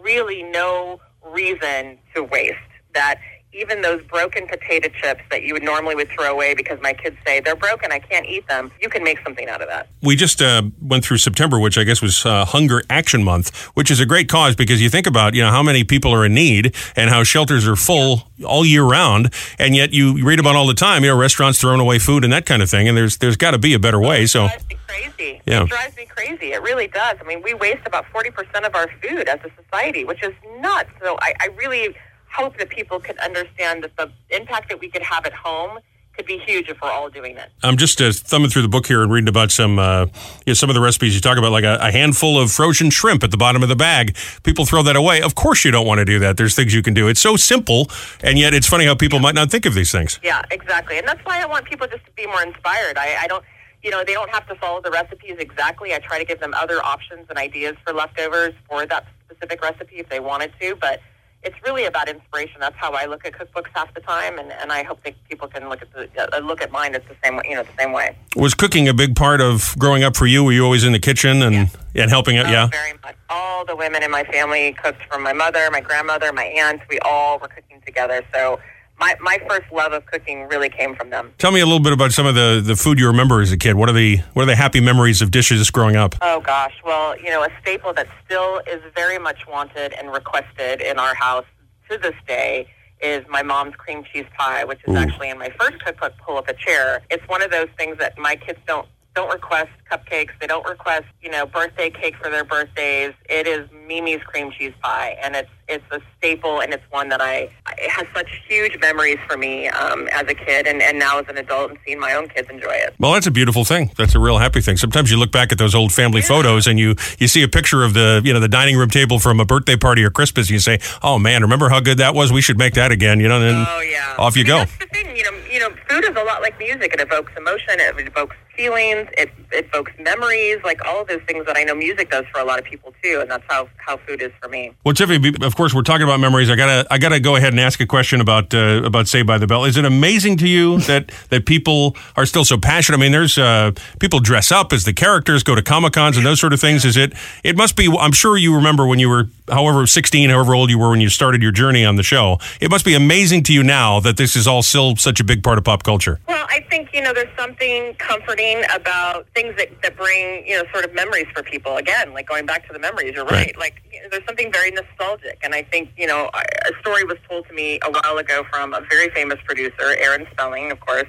Speaker 10: really no reason to waste. That even those broken potato chips that you would normally would throw away because my kids say they're broken, I can't eat them. You can make something out of that.
Speaker 1: we just uh, went through September, which I guess was uh, Hunger Action Month, which is a great cause because you think about you know how many people are in need and how shelters are full all year round, and yet you read about all the time you know restaurants throwing away food and that kind of thing, and there's there's got to be a better way. So
Speaker 10: drives me crazy.
Speaker 1: Yeah.
Speaker 10: It drives me crazy. It really does. I mean, we waste about 40% of our food as a society, which is nuts. So I, I really hope that people can understand that the impact that we could have at home could be huge if we're all doing it.
Speaker 1: I'm just uh, thumbing through the book here and reading about some uh, you know, some of the recipes you talk about, like a, a handful of frozen shrimp at the bottom of the bag. People throw that away. Of course, you don't want to do that. There's things you can do. It's so simple, and yet it's funny how people might not think of these things.
Speaker 10: Yeah, exactly. And that's why I want people just to be more inspired. I, I don't, you know, they don't have to follow the recipes exactly. I try to give them other options and ideas for leftovers for that specific recipe if they wanted to. But it's really about inspiration. That's how I look at cookbooks half the time, and, and I hope that people can look at the uh, look at mine. It's the same, way- you know, the same way.
Speaker 1: Was cooking a big part of growing up for you? Were you always in the kitchen and and helping out?
Speaker 10: Oh,
Speaker 1: yeah.
Speaker 10: very much. All the women in my family cooked from my mother, my grandmother, my aunt. We all were cooking together. So my my first love of cooking really came from them.
Speaker 1: Tell me a little bit about some of the, the food you remember as a kid. What are the what are the happy memories of dishes growing up?
Speaker 10: Oh gosh, well, you know, a staple that still is very much wanted and requested in our house to this day is my mom's cream cheese pie, which is actually in my first cookbook, Pull Up a Chair. It's one of those things that my kids don't don't request cupcakes. They don't request, you know, birthday cake for their birthdays. It is Mimi's cream cheese pie, and it's it's a staple, and it's one that I it has such huge memories for me um, as a kid, and, and now as an adult, and seeing my own kids enjoy it.
Speaker 1: Well, that's a beautiful thing. That's a real happy thing. Sometimes you look back at those old family photos and you, you see a picture of the you know the dining room table from a birthday party or Christmas, and you say, "Oh man, remember how good that was? We should make that again." You know, and then
Speaker 10: Oh yeah.
Speaker 1: off you
Speaker 10: I mean,
Speaker 1: go.
Speaker 10: That's the thing, you know. You know, food is a lot like music. It evokes emotion. It evokes feelings. It, it evokes memories. Like all of those things that I know music does for a lot of people too, and that's how how food is for me.
Speaker 1: Well, Tiffany, be- of course, we're talking about memories. I gotta, I gotta go ahead and ask a question about uh, about Saved by the Bell. Is it amazing to you <laughs> that that people are still so passionate? I mean, there's uh, people dress up as the characters, go to comic cons and those sort of things. Is it? It must be. I'm sure you remember when you were, however, 16, however old you were when you started your journey on the show. It must be amazing to you now that this is all still such a big part of pop culture.
Speaker 10: Well, I think you know there's something comforting about things that, that bring you know sort of memories for people. Again, like going back to the memories, you're right.
Speaker 1: Right.
Speaker 10: Like you know, there's something very nostalgic, and I think you know I- a story was told to me a while ago from a very famous producer, Aaron Spelling, of course,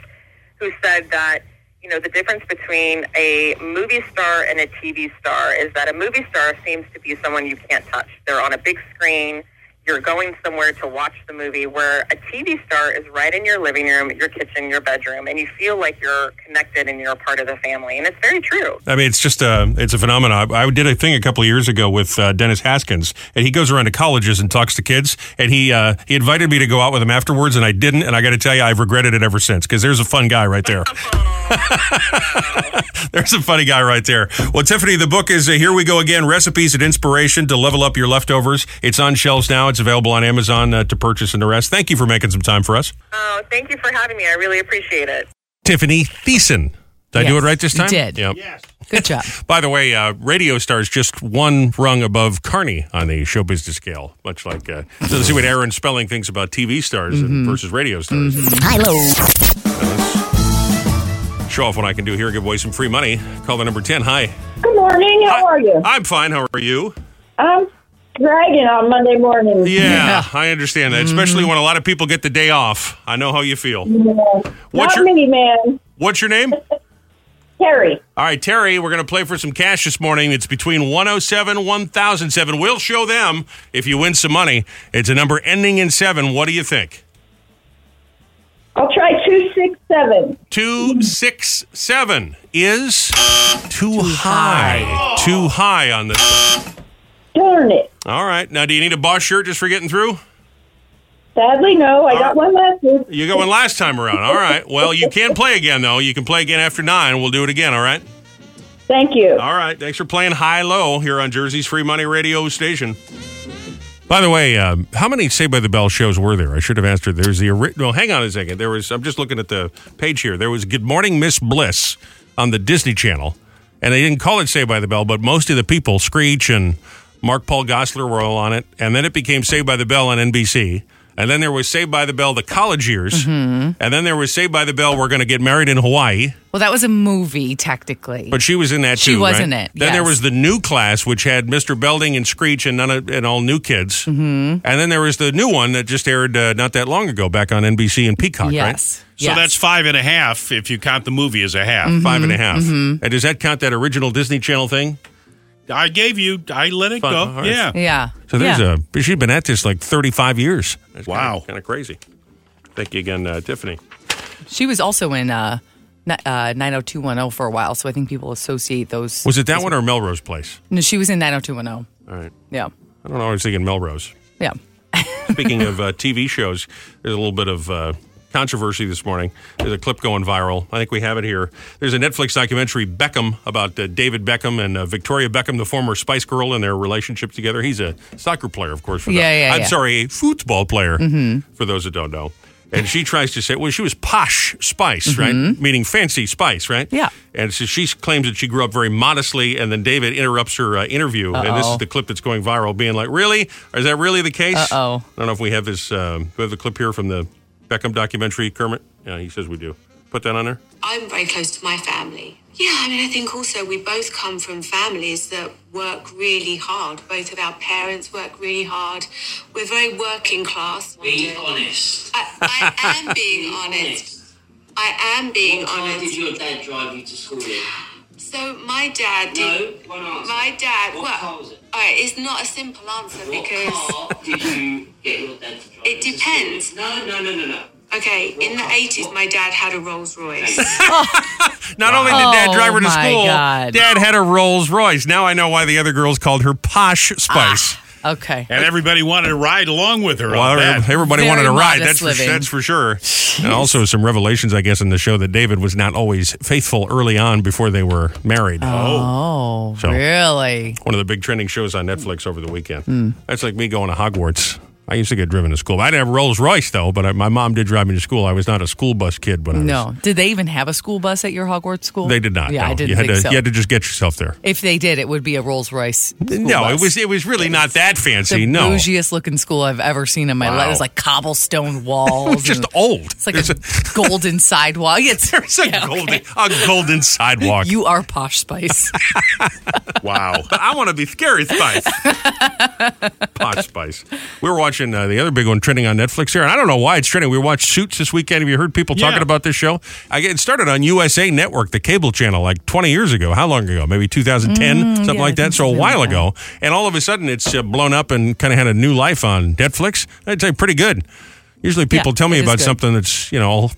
Speaker 10: who said that you know the difference between a movie star and a TV star is that a movie star seems to be someone you can't touch. They're on a big screen. you're going somewhere to watch the movie where a TV star is right in your living room, your kitchen, your bedroom, and you feel like you're connected and you're a part of the family. And it's very true.
Speaker 1: I mean, it's just a it's a phenomenon. I, I did a thing a couple of years ago with uh, Dennis Haskins, and he goes around to colleges and talks to kids. And he uh, he invited me to go out with him afterwards, and I didn't. And I got to tell you, I've regretted it ever since because there's a fun guy right there. <laughs> There's a funny guy right there. Well, Tiffany, the book is uh, Here We Go Again Recipes and Inspiration to Level Up Your Leftovers. It's on shelves now. It's available on Amazon uh, to purchase and the rest. Thank you for making some time for us.
Speaker 10: Oh, thank you for having me. I really appreciate it.
Speaker 1: Tiffany Thiessen. Did I do
Speaker 3: Yes,
Speaker 1: it right this
Speaker 3: you
Speaker 1: time?
Speaker 3: did.
Speaker 1: Yep.
Speaker 3: Good job.
Speaker 1: By the way, uh, radio stars just one rung above Carney on the show business scale, much like uh, so let's see what Aaron's spelling thinks about TV stars and versus radio stars. Show off what I can do here. Give away some free money. Call the number ten. Hi.
Speaker 11: Good morning. How
Speaker 1: Hi.
Speaker 11: are you?
Speaker 1: I'm fine. How are you?
Speaker 11: I'm dragging on Monday morning.
Speaker 1: Yeah, I understand that, especially when a lot of people get the day off. I know how you feel. What's
Speaker 11: Mm-hmm. Not
Speaker 1: your-
Speaker 11: me, man.
Speaker 1: What's your
Speaker 11: <laughs>
Speaker 1: name?
Speaker 11: Terry.
Speaker 1: All right, Terry, we're going to play for some cash this morning. It's between 107 1007. We'll show them if you win some money. It's a number ending in 7. What do you think?
Speaker 11: I'll try 267.
Speaker 1: 267 is too high. Too high on this.
Speaker 11: Darn it.
Speaker 1: All right. Now, do you need a boss shirt just for getting through?
Speaker 11: Sadly, no. I got one last week.
Speaker 1: You got one last time around. All right. Well, you can play again, though. You can play again after 9. We'll do it again, all right?
Speaker 11: Thank you.
Speaker 1: All right. Thanks for playing high low here on Jersey's Free Money Radio Station. By the way, um, how many Say by the Bell shows were there? I should have asked her. There's the original. Hang on a second. There was. I'm just looking at the page here. There was Good Morning Miss Bliss on the Disney Channel, and they didn't call it Say by the Bell, but most of the people, Screech and Mark Paul Gossler, were all on it. And then it became Say by the Bell on NBC. And then there was Say by the Bell the college years. And then there was Say by the Bell We're Going to Get Married in Hawaii.
Speaker 3: Well, that was a movie, technically.
Speaker 1: But she was in that
Speaker 3: She
Speaker 1: too.
Speaker 3: was
Speaker 1: right?
Speaker 3: in it,
Speaker 1: Then there
Speaker 3: yes.
Speaker 1: was the new class, which had Mr. Belding and Screech and none of, and all new kids. Mm-hmm. And then there was the new one that just aired uh, not that long ago, back on NBC and Peacock.
Speaker 3: yes.
Speaker 2: So
Speaker 3: yes. Mm-hmm.
Speaker 2: that's five and a half if you count the movie as a half.
Speaker 1: right? Five and a half. And does that count that original Disney Channel thing?
Speaker 2: I gave you. I let it
Speaker 1: Fine,
Speaker 2: go.
Speaker 1: all right.
Speaker 2: Yeah.
Speaker 3: Yeah.
Speaker 1: So there's
Speaker 3: yeah.
Speaker 1: a she's been at this like 35 years. That's
Speaker 2: Wow.
Speaker 1: kind of crazy. Thank you again, uh, Tiffany.
Speaker 3: She was also in uh, ni- uh, 90210 for a while, so I think people associate those.
Speaker 1: Was it that one or Melrose Place?
Speaker 3: No, she was in 90210.
Speaker 1: All right.
Speaker 3: Yeah.
Speaker 1: I don't know. I was thinking Melrose.
Speaker 3: Yeah.
Speaker 1: Speaking of uh, TV shows, there's a little bit of uh, controversy this morning. There's a clip going viral. I think we have it here. There's a Netflix documentary, Beckham, about uh, David Beckham and uh, Victoria Beckham, the former Spice Girl, and their relationship together. He's a soccer player, of course. For
Speaker 3: Yeah,
Speaker 1: the,
Speaker 3: yeah, Mm-hmm.
Speaker 1: I'm
Speaker 3: yeah.
Speaker 1: sorry, a football player, for those that don't know. And she tries to say, well, she was posh spice, right? Meaning fancy spice, right?
Speaker 3: Mm-hmm. Yeah.
Speaker 1: And so she claims that she grew up very modestly, and then David interrupts her uh, interview, and this is
Speaker 3: Uh-oh.
Speaker 1: the clip that's going viral, being like, "Really? Is that really the case?"
Speaker 3: Uh-oh.
Speaker 1: I don't know if we have this. Um, we have the clip here from the Beckham documentary, Kermit. Yeah, he says we do. Put that on there.
Speaker 12: I'm very close to my family. Yeah, I mean, I think also we both come from families that work really hard. Both of our parents work really hard. We're very working class. Be honest. I, I am <laughs> being honest. I am being honest. did your dad drive you to school So my dad did. No, My dad. What well, all right, it's not a simple answer because. did you get your dad to drive? It depends. No, no, no, no, no. Okay, in the 80s, my dad had a Rolls Royce.
Speaker 1: Not only did Dad
Speaker 3: Oh,
Speaker 1: drive her to
Speaker 3: my
Speaker 1: school,
Speaker 3: God.
Speaker 1: Dad had a Rolls Royce. Now I know why the other girls called her posh spice.
Speaker 3: Ah. Okay.
Speaker 2: And everybody wanted to ride along with her
Speaker 1: Well,
Speaker 2: on that.
Speaker 1: everybody
Speaker 3: Very
Speaker 1: wanted to ride. That's
Speaker 3: modest
Speaker 1: for,
Speaker 3: living.
Speaker 1: that's for sure. And also some revelations, I guess, in the show that David was not always faithful early on before they were married.
Speaker 3: Oh,
Speaker 1: So-
Speaker 3: really?
Speaker 1: one of the big trending shows on Netflix over the weekend. That's like me going to Hogwarts. I used to get driven to school. I didn't have Rolls Royce though, but I, my mom did drive me to school. I was not a school bus kid when I was.
Speaker 3: No. Did they even have a school bus at your Hogwarts school?
Speaker 1: They did not.
Speaker 3: Yeah,
Speaker 1: no.
Speaker 3: I didn't
Speaker 1: you had
Speaker 3: think
Speaker 1: to,
Speaker 3: so.
Speaker 1: You had to just get yourself there.
Speaker 3: if they did, it would be a Rolls Royce. school
Speaker 1: no,
Speaker 3: bus.
Speaker 1: it was it was really not that fancy.
Speaker 3: the
Speaker 1: no,
Speaker 3: bougiest looking school I've ever seen in my
Speaker 1: Wow.
Speaker 3: life. It was
Speaker 1: <laughs>
Speaker 3: like cobblestone walls.
Speaker 1: it's just
Speaker 3: and <laughs>
Speaker 1: old.
Speaker 3: It's like a,
Speaker 1: <laughs>
Speaker 3: golden sidewalk. It's,
Speaker 1: It's a,
Speaker 3: Yeah, okay.
Speaker 1: golden, a golden sidewalk.
Speaker 3: You are posh
Speaker 1: <laughs>
Speaker 3: spice.
Speaker 2: Wow.
Speaker 1: I want to be scary spice. Pot spice. We were watching. watching uh, the other big one trending on Netflix here, and I don't know why it's trending. We watched Suits this weekend. Have you heard people talking
Speaker 2: Yeah.
Speaker 1: about this show? I get, it started on USA Network, the cable channel, like 20 years ago. How long ago? Maybe 2010, something
Speaker 3: Mm, yeah, I
Speaker 1: like
Speaker 3: think
Speaker 1: that. So a
Speaker 3: something like
Speaker 1: while
Speaker 3: that.
Speaker 1: ago, and all of a sudden it's uh, blown up and kind of had a new life on Netflix. I'd say pretty good. Usually people
Speaker 3: Yeah,
Speaker 1: tell me
Speaker 3: it is
Speaker 1: about
Speaker 3: good. Mm-hmm,
Speaker 1: something that's you know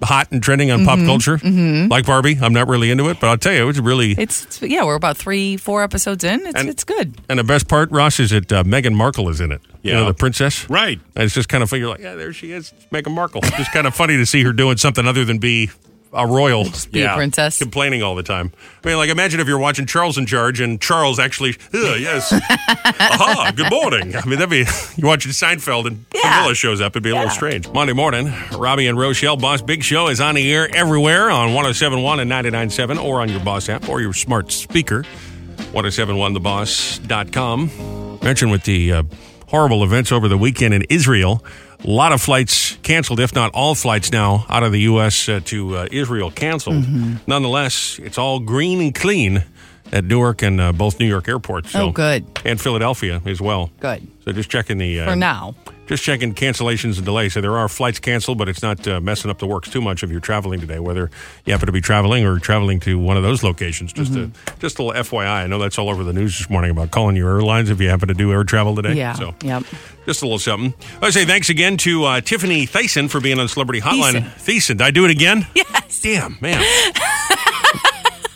Speaker 1: hot and trending on pop culture, like Barbie. I'm not really into it, but I'll tell you, it was really
Speaker 3: It's, it's- yeah, we're about three, four episodes in. It's it's good.
Speaker 1: And the best part, Ross, is that uh, Meghan Markle is in it. You know,
Speaker 2: Yeah.
Speaker 1: the princess.
Speaker 2: Right.
Speaker 1: And it's just kind of funny. You're like, yeah, there she is. It's Meghan Markle. It's just kind of funny to see her doing something other than be a royal.
Speaker 3: Be a princess.
Speaker 1: Complaining all the time. I mean, like, imagine if you're watching Charles in charge and Charles actually, "Ugh,
Speaker 3: <laughs>
Speaker 1: yes. Aha, good morning. I mean, that'd be, <laughs> you're watching Seinfeld and Camilla shows up. It'd be a little strange. Monday morning, Robbie and Rochelle, Boss Big Show is on the air everywhere on 1071 and 997 or on your Boss app or your smart speaker. 1071theboss.com. Mentioned with the uh, horrible events over the weekend in Israel, a lot of flights canceled, if not all flights now out of the U.S. Uh, to uh, Israel canceled.
Speaker 3: Mm-hmm.
Speaker 1: Nonetheless, it's all green and clean at Newark and uh, both New York airports.
Speaker 3: Oh, good.
Speaker 1: And Philadelphia as well.
Speaker 3: Good.
Speaker 1: So just checking the. Uh,
Speaker 3: For now.
Speaker 1: Just checking cancellations and delays. So there are flights canceled, but it's not uh, messing up the works too much if you're traveling today, whether you happen to be traveling or traveling to one of those locations. Just a
Speaker 3: Mm-hmm.
Speaker 1: just a little FYI. I know that's all over the news this morning about calling your airlines if you happen to do air travel today.
Speaker 3: Yeah.
Speaker 1: So
Speaker 3: Yep.
Speaker 1: just a little something. I say thanks again to uh, Tiffany Thyssen for being on Celebrity Hotline. Thyssen, did I do it again?
Speaker 3: Yes.
Speaker 1: Damn,
Speaker 3: <laughs>
Speaker 1: man.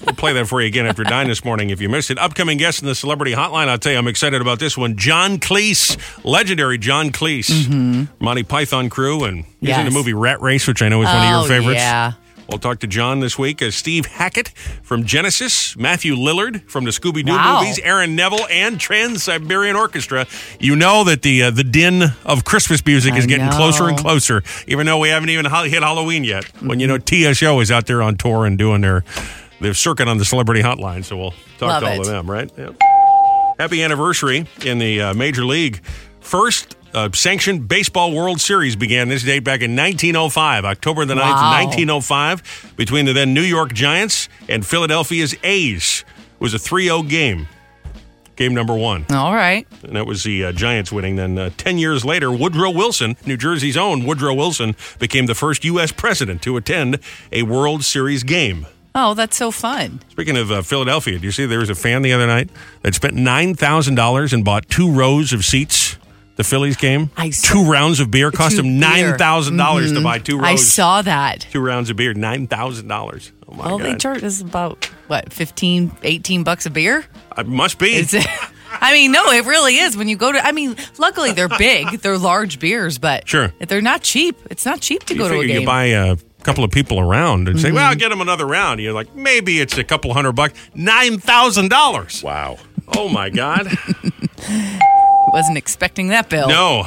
Speaker 1: we'll play that for you again after nine this morning if you missed it. Upcoming guest in the celebrity hotline, I'll tell you, I'm excited about this one. John Cleese, legendary John Cleese, Monty Python crew, and he's in
Speaker 3: Mm-hmm. Yes.
Speaker 1: the movie Rat Race, which I know is one
Speaker 3: Oh,
Speaker 1: of your favorites.
Speaker 3: yeah.
Speaker 1: We'll talk to John this week. Uh, Steve Hackett from Genesis, Matthew Lillard from the Scooby Doo
Speaker 3: Wow.
Speaker 1: movies, Aaron Neville, and Trans Siberian Orchestra. You know that the uh, the din of Christmas music
Speaker 3: I
Speaker 1: is getting closer and
Speaker 3: know.
Speaker 1: closer, even though we haven't even ho- hit Halloween yet. When you know TSO is out there on tour and doing their their circuit on the celebrity hotline, so we'll talk
Speaker 3: Love
Speaker 1: to all
Speaker 3: it.
Speaker 1: of them, right? Yeah. Happy anniversary in the uh, Major League. First uh, sanctioned baseball World Series began this date back in 1905, October the 9th,
Speaker 3: Wow.
Speaker 1: 1905, between the then New York Giants and Philadelphia's A's. It was a 3 0 game, game number one.
Speaker 3: All right.
Speaker 1: And that was the uh, Giants winning. Then uh, 10 years later, Woodrow Wilson, New Jersey's own Woodrow Wilson, became the first U.S. president to attend a World Series game.
Speaker 3: Oh, that's so fun.
Speaker 1: Speaking of uh, Philadelphia, do you see there was a fan the other night that spent nine thousand dollars and bought two rows of seats. The Phillies game.
Speaker 3: I saw-
Speaker 1: two rounds of beer cost
Speaker 3: Two
Speaker 1: him
Speaker 3: beer. Mm-hmm.
Speaker 1: nine thousand dollars to buy two rows.
Speaker 3: I saw that.
Speaker 1: two rounds of beer, nine thousand dollars. Oh my
Speaker 3: Well,
Speaker 1: god!
Speaker 3: they charge us about, what, 15, 18 bucks a beer?
Speaker 1: it must be.
Speaker 3: It's, <laughs> I mean, no, it really is. When you go to, I mean,
Speaker 1: <laughs>
Speaker 3: luckily they're big, they're large beers, but
Speaker 1: Sure.
Speaker 3: they're not cheap. It's not cheap to
Speaker 1: you
Speaker 3: go to a
Speaker 1: figure
Speaker 3: game.
Speaker 1: you buy
Speaker 3: Mm-hmm.
Speaker 1: a couple of people around and say, "Well, I'll get them another round." You're like, maybe it's a couple hundred bucks. Nine thousand dollars.
Speaker 2: Wow.
Speaker 1: Oh my god.
Speaker 3: Wasn't expecting that bill.
Speaker 1: No.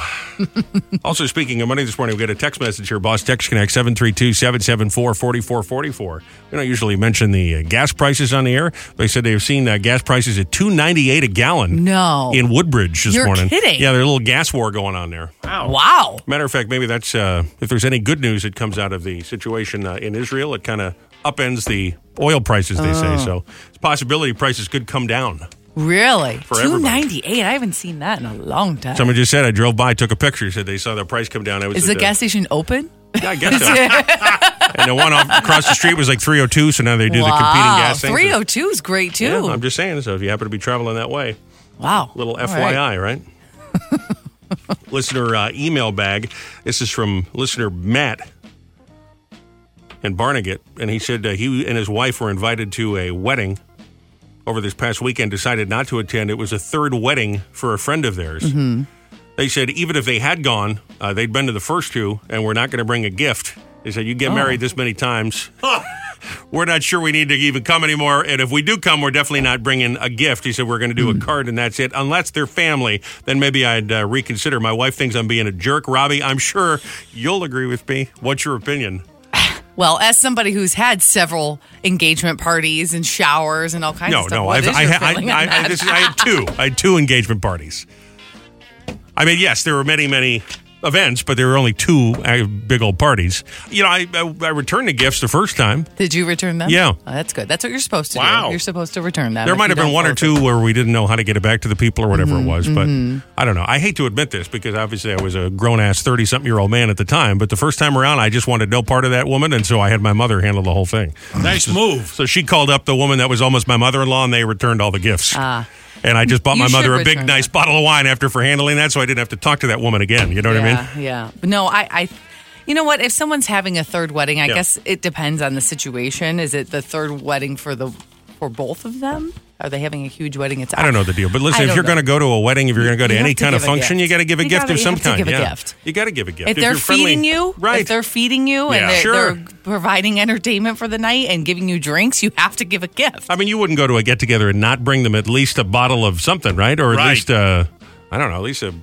Speaker 1: <laughs> also, speaking of money this morning, we got a text message here, boss. Text Connect 732 774 4444. We don't usually mention the uh, gas prices on the air. They said they've seen uh, gas prices at two ninety eight a gallon
Speaker 3: No.
Speaker 1: in Woodbridge this
Speaker 3: You're
Speaker 1: morning.
Speaker 3: kidding.
Speaker 1: Yeah, there's a little gas war going on there.
Speaker 3: Wow.
Speaker 1: Matter of fact, maybe that's uh, if there's any good news that comes out of the situation uh, in Israel, it kind of upends the oil prices, they say.
Speaker 3: Oh.
Speaker 1: So it's a possibility prices could come down.
Speaker 3: Really? Two
Speaker 1: everybody.
Speaker 3: ninety eight. I haven't seen that in a long time.
Speaker 1: Someone just said, I drove by, took a picture, said they saw the price come down. I was
Speaker 3: Is
Speaker 1: at,
Speaker 3: the
Speaker 1: uh,
Speaker 3: gas station open?
Speaker 1: Yeah, I guess so.
Speaker 3: <laughs>
Speaker 1: and the one off across the street was like 302, so now they do the competing gas thing.
Speaker 3: Three oh two is great too.
Speaker 1: Yeah, I'm just saying. So if you happen to be traveling that way,
Speaker 3: wow.
Speaker 1: little
Speaker 3: All right.
Speaker 1: FYI,
Speaker 3: <laughs>
Speaker 1: right? listener uh, email bag. This is from listener Matt in Barnegat, and he said uh, he and his wife were invited to a wedding over this past weekend. Decided not to attend. It was a third wedding for a friend of theirs.
Speaker 3: Mm-hmm.
Speaker 1: They said even if they had gone, uh, they'd been to the first two, and we're not going to bring a gift. They said you get
Speaker 3: Oh.
Speaker 1: married this many times. We're not sure we need to even come anymore. And if we do come, we're definitely not bringing a gift. He said, We're going to do a card and that's it. Unless they're family, then maybe I'd uh, reconsider. My wife thinks I'm being a jerk. Robbie, I'm sure you'll agree with me. What's your opinion?
Speaker 3: Well, as somebody who's had several engagement parties and showers and all kinds of
Speaker 1: no,
Speaker 3: stuff,
Speaker 1: no.
Speaker 3: what
Speaker 1: I've,
Speaker 3: is
Speaker 1: I,
Speaker 3: your
Speaker 1: I,
Speaker 3: feeling on
Speaker 1: I, I,
Speaker 3: that?
Speaker 1: this, I had two. I had two engagement parties. I mean, yes, there were many, many events, but there were only two uh, big old parties. You know, I, I, I returned the gifts the first time.
Speaker 3: Did you return them?
Speaker 1: Yeah.
Speaker 3: Oh, that's good. That's what you're supposed to
Speaker 1: Wow.
Speaker 3: do. You're supposed to return them.
Speaker 1: There
Speaker 3: if
Speaker 1: might
Speaker 3: you
Speaker 1: have been
Speaker 3: don't
Speaker 1: one or
Speaker 3: forfeit.
Speaker 1: two where we didn't know how to get it back to the people or whatever it was, but
Speaker 3: mhm.
Speaker 1: I don't know. I hate to admit this because obviously I was a grown ass 30 something year old man at the time, but the first time around I just wanted no part of that woman, and so I had my mother handle the whole thing.
Speaker 2: Nice move.
Speaker 1: So she called up the woman that was almost my mother in law, and they returned all the gifts.
Speaker 3: Ah.
Speaker 1: and I just bought
Speaker 3: You
Speaker 1: my
Speaker 3: should
Speaker 1: mother a big,
Speaker 3: return
Speaker 1: nice bottle of wine after for handling that, so I didn't have to talk to that woman again. You know what I mean?
Speaker 3: yeah, Yeah. No, I, I, you know what? If someone's having a third wedding, I
Speaker 1: Yeah.
Speaker 3: guess it depends on the situation. Is it the third wedding for the for both of them? Are they having a huge wedding? It's
Speaker 1: I don't know the deal, but
Speaker 3: I
Speaker 1: listen, if
Speaker 3: don't
Speaker 1: you're
Speaker 3: know.
Speaker 1: going to go to a wedding, if you're going to go to
Speaker 3: You
Speaker 1: any
Speaker 3: have to
Speaker 1: kind of
Speaker 3: give a
Speaker 1: function, you
Speaker 3: gift.
Speaker 1: got to give a
Speaker 3: You
Speaker 1: gift
Speaker 3: gotta-
Speaker 1: of
Speaker 3: you
Speaker 1: some
Speaker 3: have to
Speaker 1: kind.
Speaker 3: give a
Speaker 1: yeah.
Speaker 3: gift.
Speaker 1: You got to give a gift.
Speaker 3: if they're
Speaker 1: you're friendly-
Speaker 3: feeding you,
Speaker 1: right?
Speaker 3: If they're feeding you
Speaker 1: Yeah.
Speaker 3: and they're,
Speaker 1: Sure.
Speaker 3: they're providing entertainment for the night and giving you drinks, you have to give a gift.
Speaker 1: I mean, you wouldn't go to a get together and not bring them at least a bottle of something, right? Or at
Speaker 2: Right.
Speaker 1: least, uh, I don't know, at least a,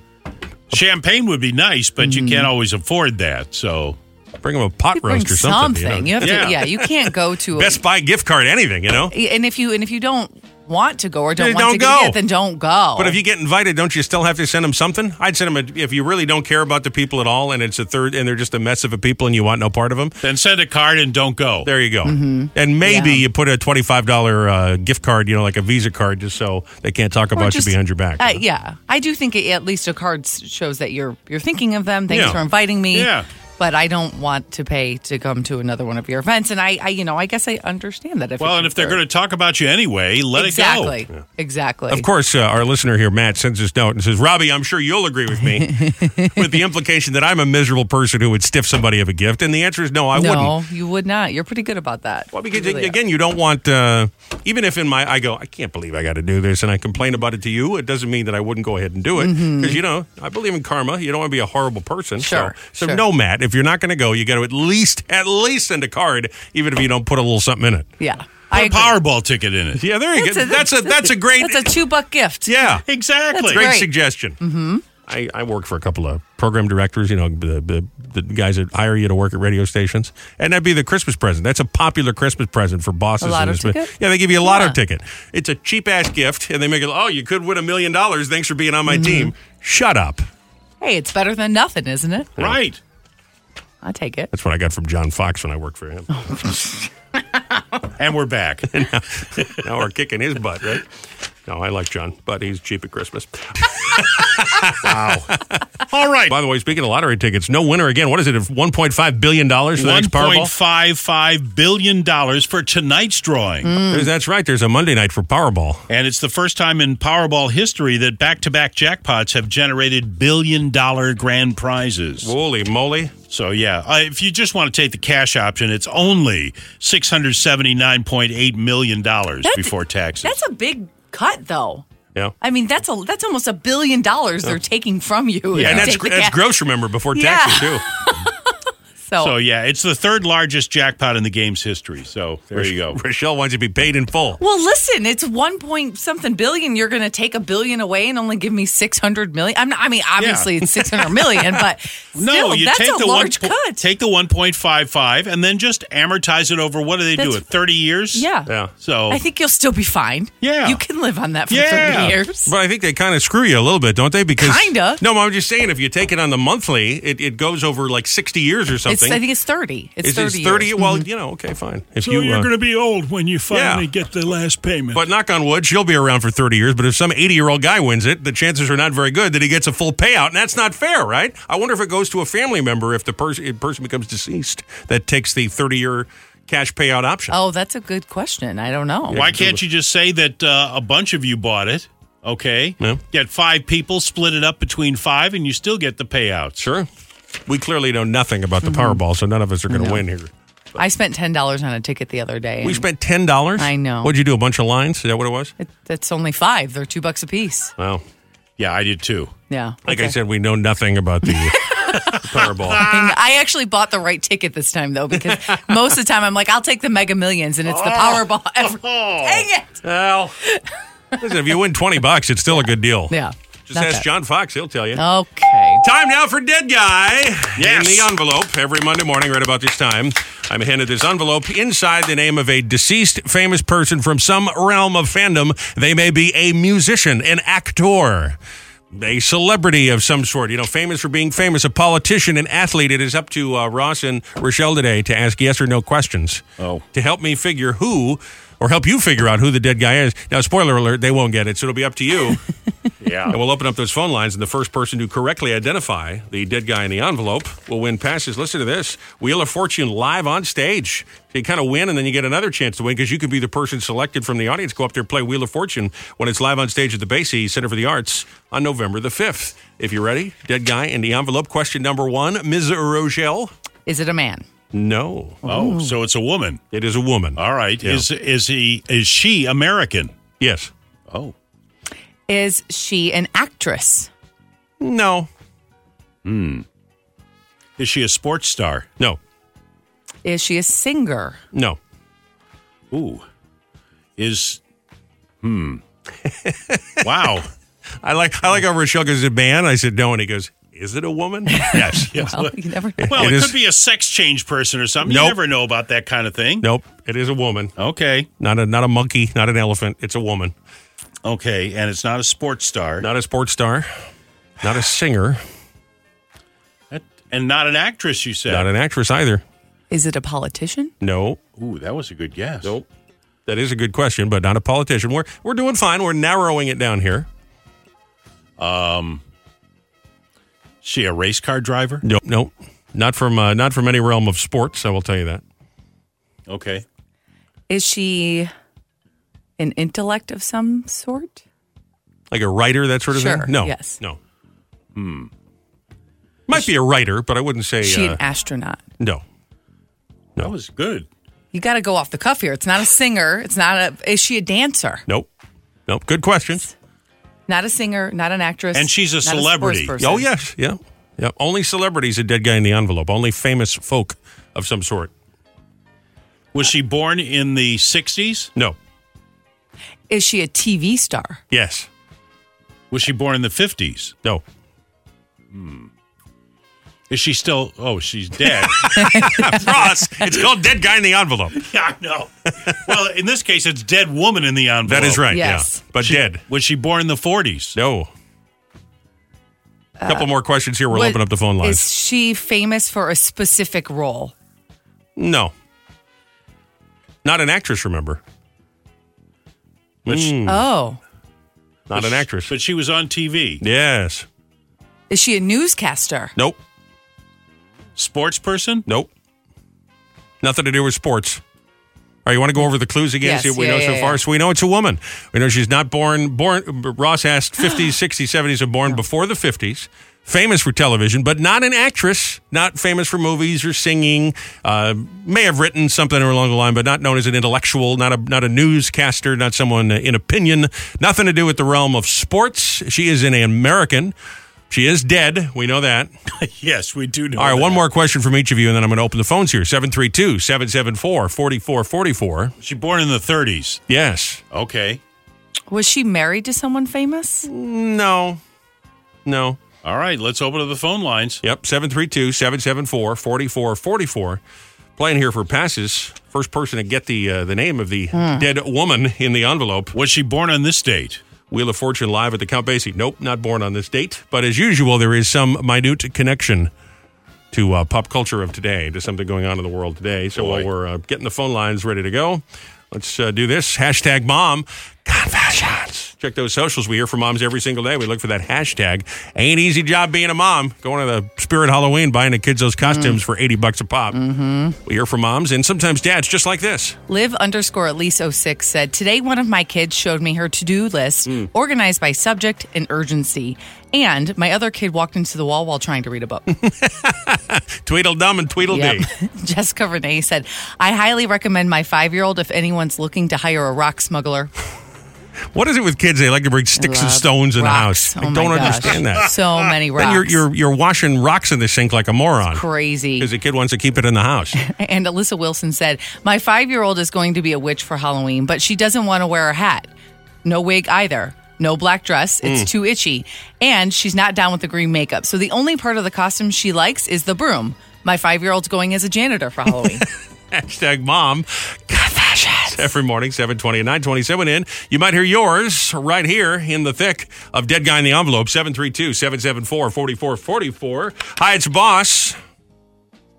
Speaker 2: Champagne would be nice, but you
Speaker 1: Mm-hmm.
Speaker 2: can't always afford that. So
Speaker 1: bring them a pot roast or something.
Speaker 3: something. You,
Speaker 1: know?
Speaker 3: have to. Yeah, you can't go to.
Speaker 1: <laughs> Best Buy gift card, anything, you know?
Speaker 3: a, and if you and if you don't want to go or don't
Speaker 1: Then
Speaker 3: want
Speaker 1: don't
Speaker 3: to give a
Speaker 1: go.
Speaker 3: gift, then don't go.
Speaker 1: But if you get invited, don't you still have to send them something? I'd send them a, if you really don't care about the people at all, and it's a third, and they're just a mess of a people, and you want no part of them.
Speaker 2: then send a card and don't go.
Speaker 1: There you go.
Speaker 3: Mm-hmm.
Speaker 1: And maybe you put a twenty-five dollar uh, gift card, you know, like a Visa card, just so they can't talk
Speaker 3: Or
Speaker 1: about
Speaker 3: just-
Speaker 1: you behind your back.
Speaker 3: Uh, yeah, I do think it, at least a card s- shows that you're you're thinking of them. Thanks
Speaker 1: Yeah.
Speaker 3: for inviting me.
Speaker 1: Yeah.
Speaker 3: But I don't want to pay to come to another one of your events, and I, I you know, I guess I understand that. If
Speaker 2: Well, and if they're going to talk about you anyway, let
Speaker 3: exactly,
Speaker 2: it go.
Speaker 3: exactly.
Speaker 1: Of course, uh, our listener here, Matt, sends us note and says, "Robbie, I'm sure you'll agree with me, <laughs> with the implication that I'm a miserable person who would stiff somebody of a gift." And the answer is no, I
Speaker 3: no,
Speaker 1: wouldn't.
Speaker 3: you would not. You're pretty good about that.
Speaker 1: Well, because again, you don't want uh, even if in my I go, I can't believe I got to do this, and I complain about it to you. It doesn't mean that I wouldn't go ahead and do it because
Speaker 2: Mhm.
Speaker 1: you know I believe in karma. You don't want to be a horrible person.
Speaker 2: Sure,
Speaker 1: So, so
Speaker 2: sure.
Speaker 1: no, Matt, if you're not going to go, you got to at least at least send a card, even if you don't put a little something in it.
Speaker 3: yeah,
Speaker 2: Put
Speaker 3: I
Speaker 2: a
Speaker 3: agree.
Speaker 2: Powerball ticket in it.
Speaker 1: Yeah, there you go. <laughs> that's a that's a great
Speaker 3: That's a two buck gift.
Speaker 1: yeah.
Speaker 2: Exactly.
Speaker 3: That's
Speaker 1: great,
Speaker 3: great.
Speaker 1: suggestion. Mm-hmm. I, I work for a couple of program directors, you know, the, the, the guys that hire you to work at radio stations. And that'd be the Christmas present. That's a popular Christmas present for bosses.
Speaker 3: A
Speaker 1: and
Speaker 3: lotto
Speaker 1: this-
Speaker 3: ticket?
Speaker 1: Yeah, they give you a lotto
Speaker 3: Yeah.
Speaker 1: ticket. It's a cheap ass gift, and they make it, oh, you could win a million dollars. Thanks for being on
Speaker 3: Mm-hmm.
Speaker 1: my team. Shut up.
Speaker 3: Hey, it's better than nothing, isn't it?
Speaker 2: Right.
Speaker 3: I take it.
Speaker 1: That's what I got from John Fox when I worked for
Speaker 3: Oh,
Speaker 1: him.
Speaker 2: And we're back.
Speaker 1: <laughs> now we're kicking his butt, right? No, I like John, but he's cheap at Christmas. <laughs> wow.
Speaker 2: All right.
Speaker 1: By the way, speaking of lottery tickets, no winner again. What is it? $1.5 billion for the next Powerball?
Speaker 2: $1.55 billion for tonight's drawing.
Speaker 1: There's- That's right. There's a Monday night for Powerball.
Speaker 2: And it's the first time in Powerball history that back to back jackpots have generated billion dollar grand prizes.
Speaker 1: Holy moly.
Speaker 2: So, yeah, uh, if you just want to take the cash option, it's only $679.8 million before taxes.
Speaker 3: That's a big cut, though.
Speaker 1: Yeah.
Speaker 3: I mean, that's a that's almost a billion dollars they're taking from you. if
Speaker 1: And
Speaker 3: you
Speaker 1: that's,
Speaker 3: take the
Speaker 1: that's
Speaker 3: cash.
Speaker 1: gross, remember, before
Speaker 3: Yeah.
Speaker 1: taxes, <laughs> too.
Speaker 3: So,
Speaker 2: So, yeah, it's the third largest jackpot in the game's history. So, there you go.
Speaker 1: Rochelle wants you to be paid in full.
Speaker 3: Well, listen, it's one point something billion. You're going to take a billion away and only give me six hundred million. I'm not, I mean, obviously it's six hundred million, but
Speaker 2: <laughs> No,
Speaker 3: still,
Speaker 2: you
Speaker 3: that's
Speaker 2: take
Speaker 3: a
Speaker 2: the
Speaker 3: large
Speaker 2: one, po-
Speaker 3: cut.
Speaker 2: Take the one point five five, and then just amortize it over. What do they do?
Speaker 3: That's-
Speaker 2: It thirty years.
Speaker 3: Yeah.
Speaker 1: Yeah.
Speaker 2: So
Speaker 3: I think you'll still be fine.
Speaker 2: Yeah.
Speaker 3: you can live on that for
Speaker 2: Yeah.
Speaker 3: thirty years.
Speaker 1: But I think they kind of screw you a little bit, don't they? Because
Speaker 3: Kinda.
Speaker 1: No, I'm just saying, if you take it on the monthly, it, it goes over like 60 years or
Speaker 3: It's,
Speaker 1: something.
Speaker 3: I think it's thirty. It's
Speaker 1: Is it
Speaker 3: thirty. years. Mm-hmm.
Speaker 1: Well, you know, okay, fine. If you, uh,
Speaker 2: to be old when you
Speaker 1: finally
Speaker 2: get the last payment.
Speaker 1: but knock on wood, she'll be around for 30 years. But if some 80 year old guy wins it, the chances are not very good that he gets a full payout, and that's not fair, right? I wonder if it goes to a family member if the person person becomes deceased that takes the 30 year cash payout option.
Speaker 3: Oh, that's a good question. I don't know.
Speaker 2: Why can't you just say that uh, a bunch of you bought it? Okay,
Speaker 1: Yeah.
Speaker 2: get five people, split it up between five, and you still get the payouts.
Speaker 1: Sure. We clearly know nothing about the
Speaker 3: Mm-hmm.
Speaker 1: Powerball, so none of us are going to win here.
Speaker 3: I spent ten dollars on a ticket the other day.
Speaker 1: We
Speaker 3: and
Speaker 1: spent ten dollars.
Speaker 3: I know.
Speaker 1: What'd you do? A bunch of lines? Is that what it was?
Speaker 3: it, that's only five. They're two bucks a piece.
Speaker 1: Wow.
Speaker 2: Yeah, I did too.
Speaker 3: Yeah.
Speaker 1: Like I
Speaker 3: Okay.
Speaker 1: said, we know nothing about
Speaker 3: <laughs>
Speaker 1: the Powerball.
Speaker 3: thing. I actually bought the right ticket this time
Speaker 1: <laughs>
Speaker 3: though, because most of the time I'm like, I'll take the Mega Millions, and it's
Speaker 1: Oh.
Speaker 3: the Powerball. <laughs> Every- Dang it!
Speaker 1: Well, listen, if you win twenty bucks, it's still a good deal.
Speaker 3: Yeah.
Speaker 1: Just
Speaker 3: not
Speaker 1: ask
Speaker 3: bad.
Speaker 1: John Fox; he'll tell you.
Speaker 3: Oh. Okay.
Speaker 1: Time now for Dead Guy.
Speaker 2: Yes.
Speaker 1: In the envelope every Monday morning, right about this time. I'm handed this envelope inside the name of a deceased famous person from some realm of fandom. They may be a musician, an actor. a celebrity of some sort, you know, famous for being famous, a politician, an athlete. It is up to uh, Ross and Rochelle today to ask yes or no questions. Oh. To help me figure who, or help you figure out who the dead guy is. Now, spoiler alert, they won't get it, so it'll be up to you. yeah. And we'll open up those phone lines, and the first person to correctly identify the dead guy in the envelope will win passes. Listen to this Wheel of Fortune live on stage. So you kind of win, and then you get another chance to win because you could be the person selected from the audience. Go up there, play Wheel of Fortune when it's live on stage at the Basie Center for the Arts on November the 5th. If you're ready, dead guy in the envelope. Question number one Ms. Rochelle.
Speaker 3: Is it a man?
Speaker 1: No.
Speaker 2: Oh, so it's a woman.
Speaker 1: It is a woman.
Speaker 2: All right.
Speaker 1: Yeah.
Speaker 2: Is is he is she American?
Speaker 1: Yes.
Speaker 2: Oh.
Speaker 3: Is she an actress?
Speaker 1: No.
Speaker 2: Hmm. Is she a sports star?
Speaker 1: No.
Speaker 3: Is she
Speaker 1: <laughs>
Speaker 3: a singer?
Speaker 1: No.
Speaker 2: Ooh. Is
Speaker 1: <laughs>
Speaker 2: hmm. wow.
Speaker 1: I like I like how Rochelle goes, "Is it a man?" I said, "No," and he goes, "Is it a
Speaker 2: <laughs>
Speaker 1: woman?" yes.
Speaker 3: Well, you never know.
Speaker 2: Well,
Speaker 1: It
Speaker 2: it,
Speaker 1: is-
Speaker 2: could be a sex change person or something.
Speaker 1: Nope.
Speaker 2: You never know about that kind of thing.
Speaker 1: Nope. It is a woman.
Speaker 2: Okay.
Speaker 1: Not a not a monkey. Not an elephant. It's a woman.
Speaker 2: Okay. And it's not a sports star.
Speaker 1: Not a sports star. Not a singer.
Speaker 2: That- and not an actress, you said.
Speaker 1: Not an actress either.
Speaker 3: Is it a politician?
Speaker 1: No.
Speaker 2: Ooh, that was a good guess.
Speaker 1: Nope. That is a good question, but not a politician. We're we're doing fine. We're narrowing it down here.
Speaker 2: Um, she a race car driver?
Speaker 1: Nope. Nope. Not from uh, not from any realm of sports. I will tell you that.
Speaker 2: Okay.
Speaker 3: Is she an intellect of some sort?
Speaker 1: Like a writer, that sort of
Speaker 3: Sure,
Speaker 1: thing. No.
Speaker 3: yes.
Speaker 1: No. Hmm. Might be a writer, but I wouldn't say
Speaker 3: Is she
Speaker 1: uh,
Speaker 3: an astronaut?
Speaker 1: no.
Speaker 2: That was good.
Speaker 3: You got to go off the cuff here. It's not a singer. It's not a. Is she a dancer?
Speaker 1: Nope. Nope. Good question.
Speaker 3: Not a singer. Not an actress.
Speaker 2: And she's a
Speaker 3: not sports
Speaker 2: celebrity.
Speaker 3: person.
Speaker 1: Oh yes, yeah, yeah. Only celebrities a dead guy in the envelope. Only famous folk of some sort.
Speaker 2: Was she born in the 60s?
Speaker 1: No.
Speaker 3: Is she a TV star?
Speaker 1: Yes.
Speaker 2: Was she born in the 50s?
Speaker 1: No. <laughs>
Speaker 2: Is she still? Oh, she's dead.
Speaker 1: Ross, it's called dead guy in the envelope.
Speaker 2: <laughs> yeah, I know. Well, in this case, it's dead woman in the envelope.
Speaker 1: That is right.
Speaker 3: Yes.
Speaker 1: Yeah, but
Speaker 2: She-
Speaker 1: dead.
Speaker 2: Was she born in the 40s?
Speaker 1: No. A couple more questions here. We'll
Speaker 3: Uh, What-
Speaker 1: open up the phone lines.
Speaker 3: Is she famous for a specific role?
Speaker 1: no. Not an actress. Remember,
Speaker 2: But she-
Speaker 1: Hmm.
Speaker 3: Oh,
Speaker 1: Mm, not an actress.
Speaker 2: But she was on TV.
Speaker 1: Yes.
Speaker 3: is she a newscaster?
Speaker 1: Nope.
Speaker 2: Sports
Speaker 1: <laughs>
Speaker 2: person?
Speaker 1: Nope. Nothing to do with sports. All right, you want to go over the clues again?
Speaker 3: Yes,
Speaker 1: see what we
Speaker 3: yeah,
Speaker 1: know so
Speaker 3: yeah,
Speaker 1: far.
Speaker 3: yeah.
Speaker 1: So we know it's a woman. We know she's not born. Born. Ross
Speaker 3: <gasps>
Speaker 1: asked 50s, 60s, 70s, and born before the 50s. Famous for television, but not an actress. Not famous for movies or singing. Uh, may have written something along the line, but not known as an intellectual. Not a not a newscaster. Not someone in opinion. Nothing to do with the realm of sports. She is an American. She is dead. We know that.
Speaker 2: yes, we do know.
Speaker 1: All right,
Speaker 2: that.
Speaker 1: one more question from each of you, and then I'm going to open the phones here 732 774 4444.
Speaker 2: Was she born in the 30s?
Speaker 1: Yes.
Speaker 2: Okay.
Speaker 3: Was she married to someone famous?
Speaker 1: No. No.
Speaker 2: All right, let's open up the phone lines.
Speaker 1: Yep, 732 774 4444. Playing here for passes. First person to get the uh, the name of the dead woman in the envelope.
Speaker 2: Was she born on this date?
Speaker 1: Wheel of Fortune live at the Count Basie. Nope, not born on this date. But as usual, there is some minute connection to uh, pop culture of today, to something going on in the world today. So while we're uh, getting the phone lines ready to go, let's uh, do this. Hashtag mom confessions. Check those socials. We hear from moms every single day. We look for that hashtag. Ain't easy job being a mom. Going to the Spirit Halloween, buying the kids those costumes for 80 bucks a pop. We hear from moms and sometimes dads just like this.
Speaker 3: Live underscore at least 06 said, Today, one of my kids showed me her to do list
Speaker 1: Hmm.
Speaker 3: organized by subject and urgency. And my other kid walked into the wall while trying to
Speaker 1: <laughs>
Speaker 3: read a book.
Speaker 1: Tweedledum and Tweedledee.
Speaker 3: <laughs> Jessica Renee said, I highly recommend my five year old if anyone's looking to hire a rock smuggler.
Speaker 1: What is it with kids? They <laughs> like to bring sticks and
Speaker 3: Love
Speaker 1: stones in
Speaker 3: rocks.
Speaker 1: the house. I
Speaker 3: Oh my
Speaker 1: don't
Speaker 3: gosh.
Speaker 1: understand that.
Speaker 3: So many rocks.
Speaker 1: Then you're, you're you're washing rocks in the sink like a moron
Speaker 3: crazy.
Speaker 1: because the kid wants to keep it in the
Speaker 3: <laughs>
Speaker 1: house.
Speaker 3: And Alyssa Wilson said, My five year old is going to be a witch for Halloween, but she doesn't want to wear a hat. No wig either. No black dress. It's
Speaker 1: Mm.
Speaker 3: too itchy. And she's not down with the green makeup. So the only part of the costume she likes is the
Speaker 1: <laughs>
Speaker 3: broom. My five year old's going as a janitor for Halloween.
Speaker 1: Hashtag mom. Confessions. Yes, every morning, 720 and 927 in. You might hear yours right here in the thick of Dead Guy in the Envelope, 732-774-4444. Hi, it's Boss.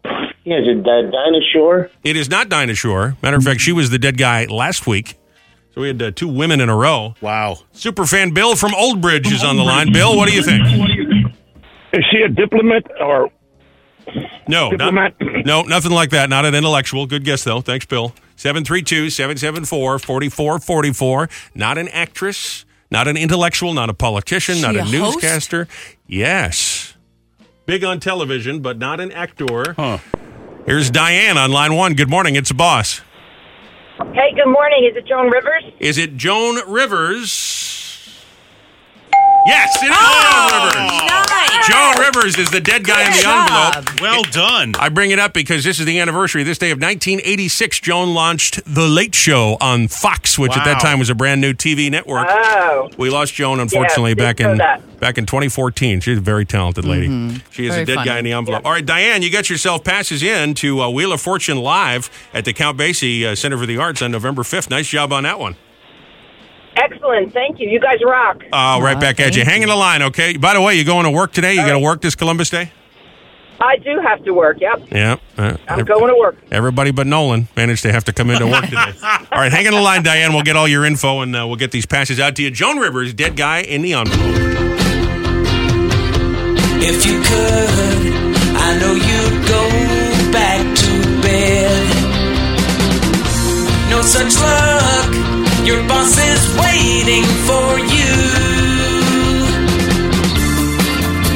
Speaker 13: Yeah, is it that dinosaur?
Speaker 1: It is not Dinah Shore. Matter of fact, she was the dead guy last week. So we had uh, two women in a row. Wow. Superfan Bill from Old Bridge is on the line. Bill, what do you think?
Speaker 14: Is she a diplomat or
Speaker 1: No, not, no, nothing like that. Not an intellectual. Good guess, though. Thanks, Bill. 732-774-4444. Not an actress, not an intellectual, not a politician,
Speaker 15: She
Speaker 1: not a,
Speaker 15: a host?
Speaker 1: newscaster. Yes. Big on television, but not an actor. Here's Diane on line one. Good morning. It's the boss.
Speaker 16: Hey, good morning. Is it Joan Rivers?
Speaker 1: Is it Joan Rivers? Yes, it is Joan
Speaker 3: Oh!
Speaker 1: Rivers. Joan Rivers is the dead guy in
Speaker 2: Good
Speaker 1: the
Speaker 2: job.
Speaker 1: envelope. Well done. I bring it up because this is the anniversary. This day of 1986, Joan launched The Late Show on Fox, which at
Speaker 15: Wow.
Speaker 1: that time was a brand new TV network.
Speaker 15: Oh.
Speaker 1: We lost Joan, unfortunately,
Speaker 15: Yeah,
Speaker 1: back
Speaker 15: did know
Speaker 1: in
Speaker 15: that.
Speaker 1: back in 2014. She's a very talented lady. She
Speaker 15: Mm-hmm. Very
Speaker 1: is a dead
Speaker 15: funny.
Speaker 1: guy in the envelope. All right, Diane, you got yourself passes in to uh, Wheel of Fortune live at the Count Basie uh, Center for the Arts on November 5th. Nice job on that one.
Speaker 16: Excellent. Thank you. You guys rock.
Speaker 1: Uh, right back at you. Hang in the line, okay? By the way, you going to work today? You going to work this Columbus Day?
Speaker 16: I do have to work. Yep.
Speaker 1: Yeah. Uh,
Speaker 16: I'm going to work.
Speaker 1: Everybody but Nolan managed to have to come into work today. all right, hang in the line, Diane. We'll get all your info and uh, we'll get these passes out to you. Joan Rivers, dead guy in the envelope.
Speaker 15: If you could, I know you'd go back to bed. No such luck, your boss is waiting for you.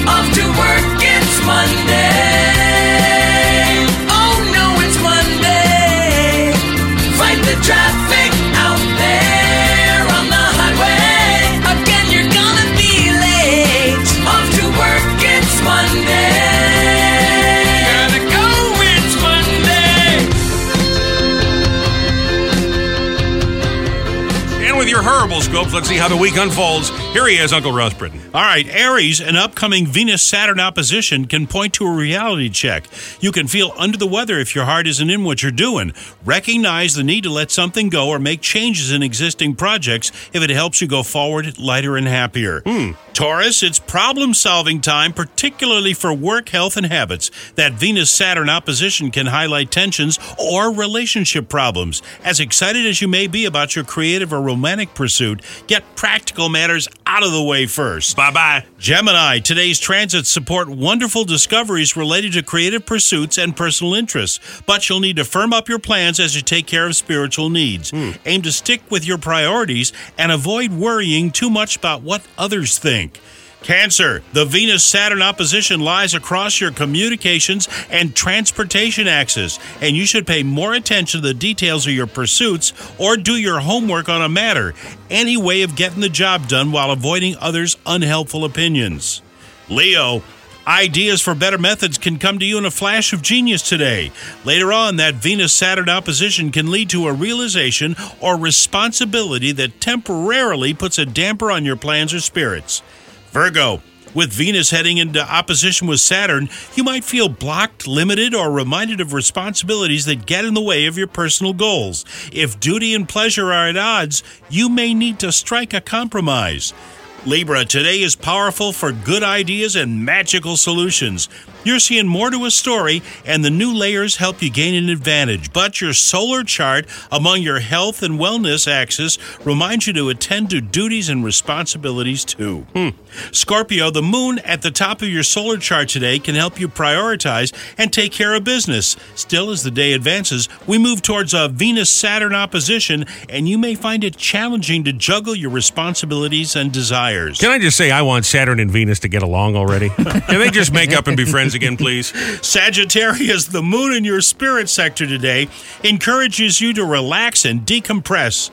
Speaker 15: Off to work, it's Monday. Oh no, it's Monday. Fight the traffic out there on the highway. Again, you're gonna be late. Off to work, it's Monday. Gotta go, it's Monday.
Speaker 1: And with your horrible scopes, let's see how the week unfolds. Here he is, Uncle Russ Britton.
Speaker 2: All right, Aries, an upcoming Venus Saturn opposition can point to a reality check. You can feel under the weather if your heart isn't in what you're doing. Recognize the need to let something go or make changes in existing projects if it helps you go forward lighter and happier. Taurus, it's problem solving time, particularly for work, health, and habits. That Venus Saturn opposition can highlight tensions or relationship problems. As excited as you may be about your creative or romantic pursuit, get practical matters out of the way first.
Speaker 1: Bye bye.
Speaker 2: Gemini, today's transits support wonderful discoveries related to creative pursuits and personal interests, but you'll need to firm up your plans as you take care of spiritual needs. Aim to stick with your priorities and avoid worrying too much about what others think. Cancer, the Venus Saturn opposition lies across your communications and transportation axis, and you should pay more attention to the details of your pursuits or do your homework on a matter, any way of getting the job done while avoiding others' unhelpful opinions. Leo, ideas for better methods can come to you in a flash of genius today. Later on, that Venus Saturn opposition can lead to a realization or responsibility that temporarily puts a damper on your plans or spirits. Virgo, with Venus heading into opposition with Saturn, you might feel blocked, limited, or reminded of responsibilities that get in the way of your personal goals. If duty and pleasure are at odds, you may need to strike a compromise. Libra, today is powerful for good ideas and magical solutions. You're seeing more to a story, and the new layers help you gain an advantage. But your solar chart among your health and wellness axis reminds you to attend to duties and responsibilities too. Hmm. Scorpio, the moon at the top of your solar chart today can help you prioritize and take care of business. Still, as the day advances, we move towards a Venus Saturn opposition, and you may find it challenging to juggle your responsibilities and desires.
Speaker 1: Can I just say I want Saturn and Venus to get along already? Can they just make up and be friends again, please?
Speaker 2: Sagittarius, the moon in your spirit sector today encourages you to relax and decompress.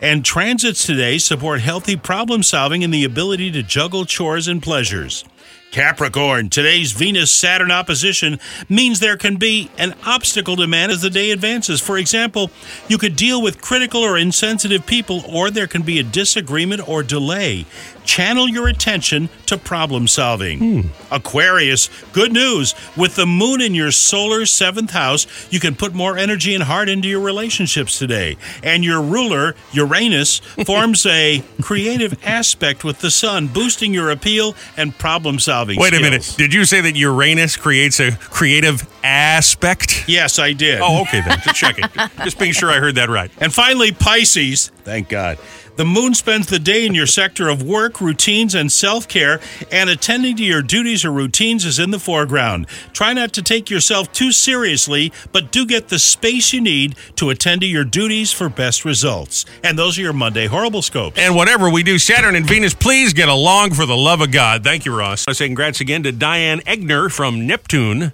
Speaker 2: And transits today support healthy problem solving and the ability to juggle chores and pleasures. Capricorn, today's Venus Saturn opposition means there can be an obstacle to man as the day advances. For example, you could deal with critical or insensitive people, or there can be a disagreement or delay. Channel your attention to problem solving.
Speaker 1: Hmm.
Speaker 2: Aquarius, good news. With the moon in your solar seventh house, you can put more energy and heart into your relationships today. And your ruler,
Speaker 1: <laughs>
Speaker 2: Uranus, forms a creative aspect with the sun, boosting your appeal and problem solving.
Speaker 1: Wait a minute. Did you say that Uranus creates a creative aspect?
Speaker 2: Yes, I did.
Speaker 1: Oh, okay then. Just checking. Just being sure I heard that right.
Speaker 2: And finally, Pisces. Thank God. The moon spends the day in your sector of work, routines, and self care, and attending to your duties or routines is in the foreground. Try not to take yourself too seriously, but do get the space you need to attend to your duties for best results. And those are your Monday horrible scopes.
Speaker 1: And whatever we do, Saturn and Venus, please get along for the love of God. Thank you, Ross. I say congrats again to Diane Egner from Neptune.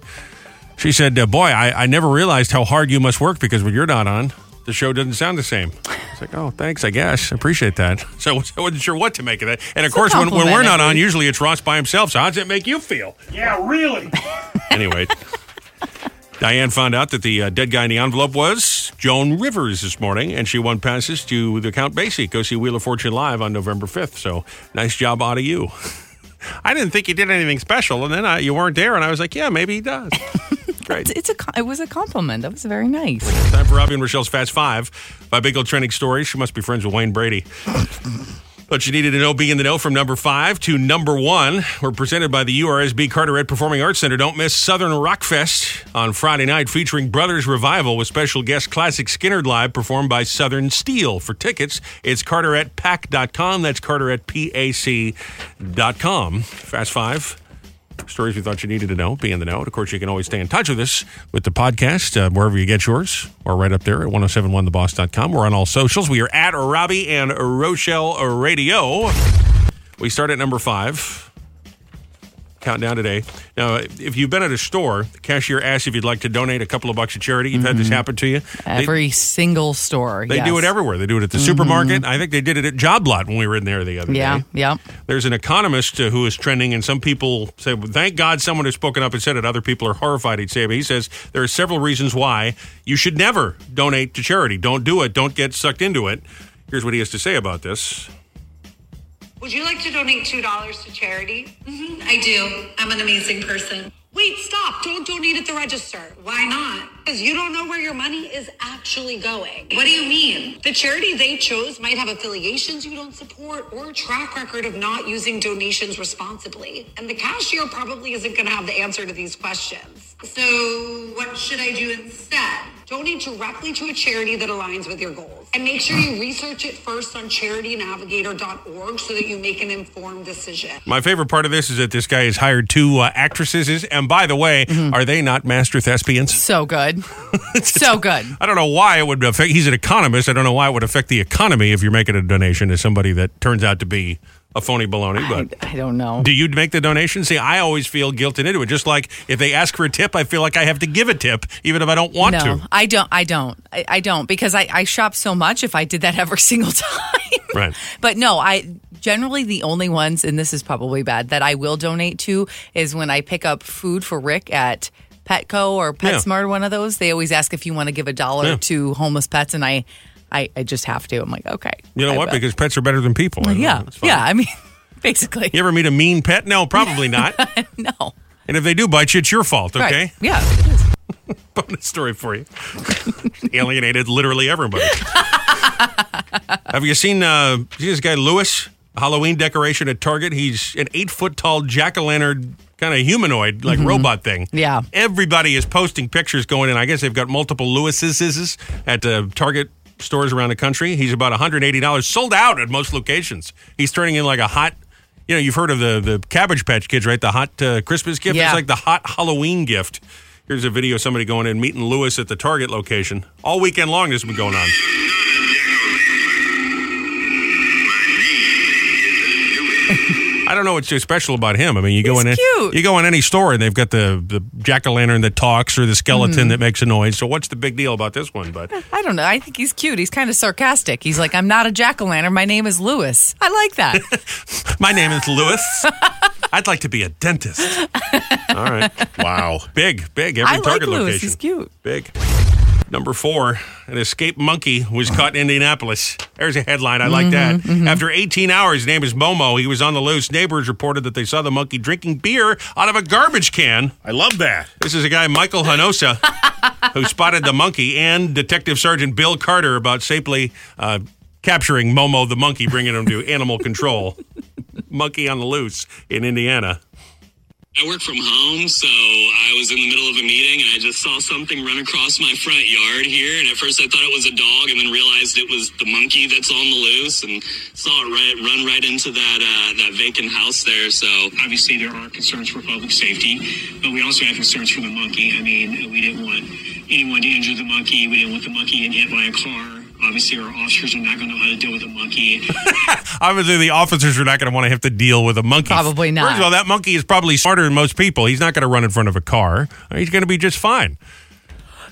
Speaker 1: She said, uh, "Boy, I, I never realized how hard you must work because when you're not on, the show doesn't sound the same." It's like, "Oh, thanks, I guess, I appreciate that." <laughs> So I wasn't sure what to make of that. And of
Speaker 2: It's a
Speaker 1: course, when, when we're
Speaker 2: compliment,
Speaker 1: not
Speaker 2: I
Speaker 1: on,
Speaker 2: think.
Speaker 1: usually it's Ross by himself. So how does it make you feel?
Speaker 14: Yeah, really.
Speaker 1: Anyway, Diane found out that the uh, dead guy in the envelope was Joan Rivers this morning, and she won passes to the Count Basie. Go see Wheel of Fortune live on November 5th. So nice job out of you. <laughs> I didn't think you did anything special, and then I, you weren't there, and I was like, yeah, maybe he does. <laughs> Great.
Speaker 3: It's a, co- it was a compliment. That was very nice.
Speaker 1: Time for Robbie and Rochelle's Fast Five. By Big Old Trending Stories, she must be friends with Wayne Brady. What you needed to know, being in the know from number five to number one. We're presented by the URSB Carteret Performing Arts Center. Don't miss Southern Rock Fest on Friday night, featuring Brothers Revival with special guest Classic Skinner Live performed by Southern Steel. For tickets, it's carteretpac.com. That's carteretpac.com. Fast five stories we thought you needed to know, be in the know. And of course, you can always stay in touch with us with the podcast, uh, wherever you get yours, or right up there at 1071theboss.com. We're on all socials. We are at Robbie and Rochelle Radio. We start at number five. Countdown today. Now, if you've been at a store, the cashier asks if you'd like to donate a couple of bucks to charity. You've had this happen to you. They-
Speaker 3: Mm-hmm. Every single store.
Speaker 1: they do
Speaker 3: yes. Mm-hmm.
Speaker 1: it everywhere. They do it at the supermarket. I think they did it at Job Lot when we were in there the other
Speaker 3: Yeah,
Speaker 1: day.
Speaker 3: yeah.
Speaker 1: There's an economist uh, who is trending, and some people say, well, "Thank God someone has spoken up and said it." Other people are horrified. He'd say, but he says there are several reasons why you should never donate to charity. Don't do it. Don't get sucked into it. Here's what he has to say about this.
Speaker 12: Would you like to donate two dollars to charity? Mm-hmm, I do. I'm an amazing person. Wait, stop! Don't donate at the register. Why not? Because you don't know where your money is actually going. What do you mean? The charity they chose might have affiliations you don't support or a track record of not using donations responsibly. And the cashier probably isn't going to have the answer to these questions. So, what should I do instead? Donate directly to a charity that aligns with your goals. And make sure you research it first on charitynavigator.org so that you make an informed decision.
Speaker 1: My favorite part of this is that this guy has hired two uh, actresses, and by the way, are they not master thespians? <laughs>
Speaker 3: So good. so good.
Speaker 1: I don't know why it would affect. He's an economist. I don't know why it would affect the economy if you're making a donation to somebody that turns out to be a phony baloney. But
Speaker 3: I don't know.
Speaker 1: do you make the donation? See, I always feel guilted into it. Just like if they ask for a tip, I feel like I have to give a tip, even if I don't want
Speaker 3: no,
Speaker 1: to.
Speaker 3: I don't. I don't. I, I don't because I, I shop so much. If I did that <laughs> every single time,
Speaker 1: Right.
Speaker 3: but no, I generally the only ones, and this is probably bad, that I will donate to is when I pick up food for Rick at Petco or
Speaker 1: Yeah.
Speaker 3: PetSmart, one of those. They always ask if you want to give a dollar
Speaker 1: Yeah.
Speaker 3: to homeless pets, and I, I, I just have to. I'm like, okay,
Speaker 1: You know
Speaker 3: I
Speaker 1: what?
Speaker 3: will.
Speaker 1: Because pets are better than people. I don't know.
Speaker 3: yeah,
Speaker 1: It's fine.
Speaker 3: yeah. I mean, <laughs> basically,
Speaker 1: You ever meet a mean pet? No, probably
Speaker 3: <laughs>
Speaker 1: not.
Speaker 3: no.
Speaker 1: and if they do bite you, it's your fault.
Speaker 3: Right.
Speaker 1: Okay.
Speaker 3: Yeah.
Speaker 1: Bonus story for you. <laughs> Alienated literally everybody. Have you seen, uh, you see this guy Lewis? Halloween decoration at Target. He's an eight foot tall jack o' lantern kind of humanoid, like robot thing.
Speaker 3: Yeah.
Speaker 1: Everybody is posting pictures going in. I guess they've got multiple Lewis's at uh, Target stores around the country. He's about $180, sold out at most locations. He's turning in like a hot. You know, you've heard of the, the Cabbage Patch Kids, right? The hot uh, Christmas gift.
Speaker 3: Yeah.
Speaker 1: It's like the hot Halloween gift. Here's a video of somebody going in meeting Lewis at the Target location. All weekend long, this has been going on. I don't know what's so special about him. I mean, you go in
Speaker 3: cute.
Speaker 1: you go in any store and they've got the, the jack o' lantern that talks or the skeleton
Speaker 3: Mm-hmm.
Speaker 1: that makes a noise. So what's the big deal about this one? But
Speaker 3: I don't know. I think he's cute. He's kind of sarcastic.
Speaker 1: <laughs>
Speaker 3: He's like, I'm not a jack o' lantern. My name is Lewis. I like that. <laughs>
Speaker 1: my name is Lewis. I'd like to be a dentist. All right. Wow. Big, big. Every
Speaker 3: I like
Speaker 1: target
Speaker 3: Lewis.
Speaker 1: location.
Speaker 3: He's cute.
Speaker 1: Big. Number four, an escaped monkey was caught in Indianapolis. There's a headline. I like that. After 18 hours, his name is Momo. He was on the loose. Neighbors reported that they saw the monkey drinking beer out of a garbage can.
Speaker 2: I love that.
Speaker 1: This is a guy, Michael Hanosa,
Speaker 2: <laughs>
Speaker 1: who spotted the monkey, and Detective Sergeant Bill Carter about safely uh, capturing Momo the monkey, bringing him
Speaker 2: <laughs>
Speaker 1: to animal control. monkey on the loose in Indiana.
Speaker 17: I work from home, so I was in the middle of a meeting and I just saw something run across my front yard here. And at first I thought it was a dog and then realized it was the monkey that's on the loose and saw it right, run right into that, uh, that vacant house there. So obviously there are concerns for public safety, but we also have concerns for the monkey. I mean, we didn't want anyone to injure the monkey. We didn't want the monkey getting hit by a car. Obviously our officers are not going to know how to deal with a monkey.
Speaker 1: Obviously, the officers are not going to want to have to deal with a monkey.
Speaker 3: Probably not.
Speaker 1: First of all, that monkey is probably smarter than most people. He's not going to run in front of a car. He's going to be just fine.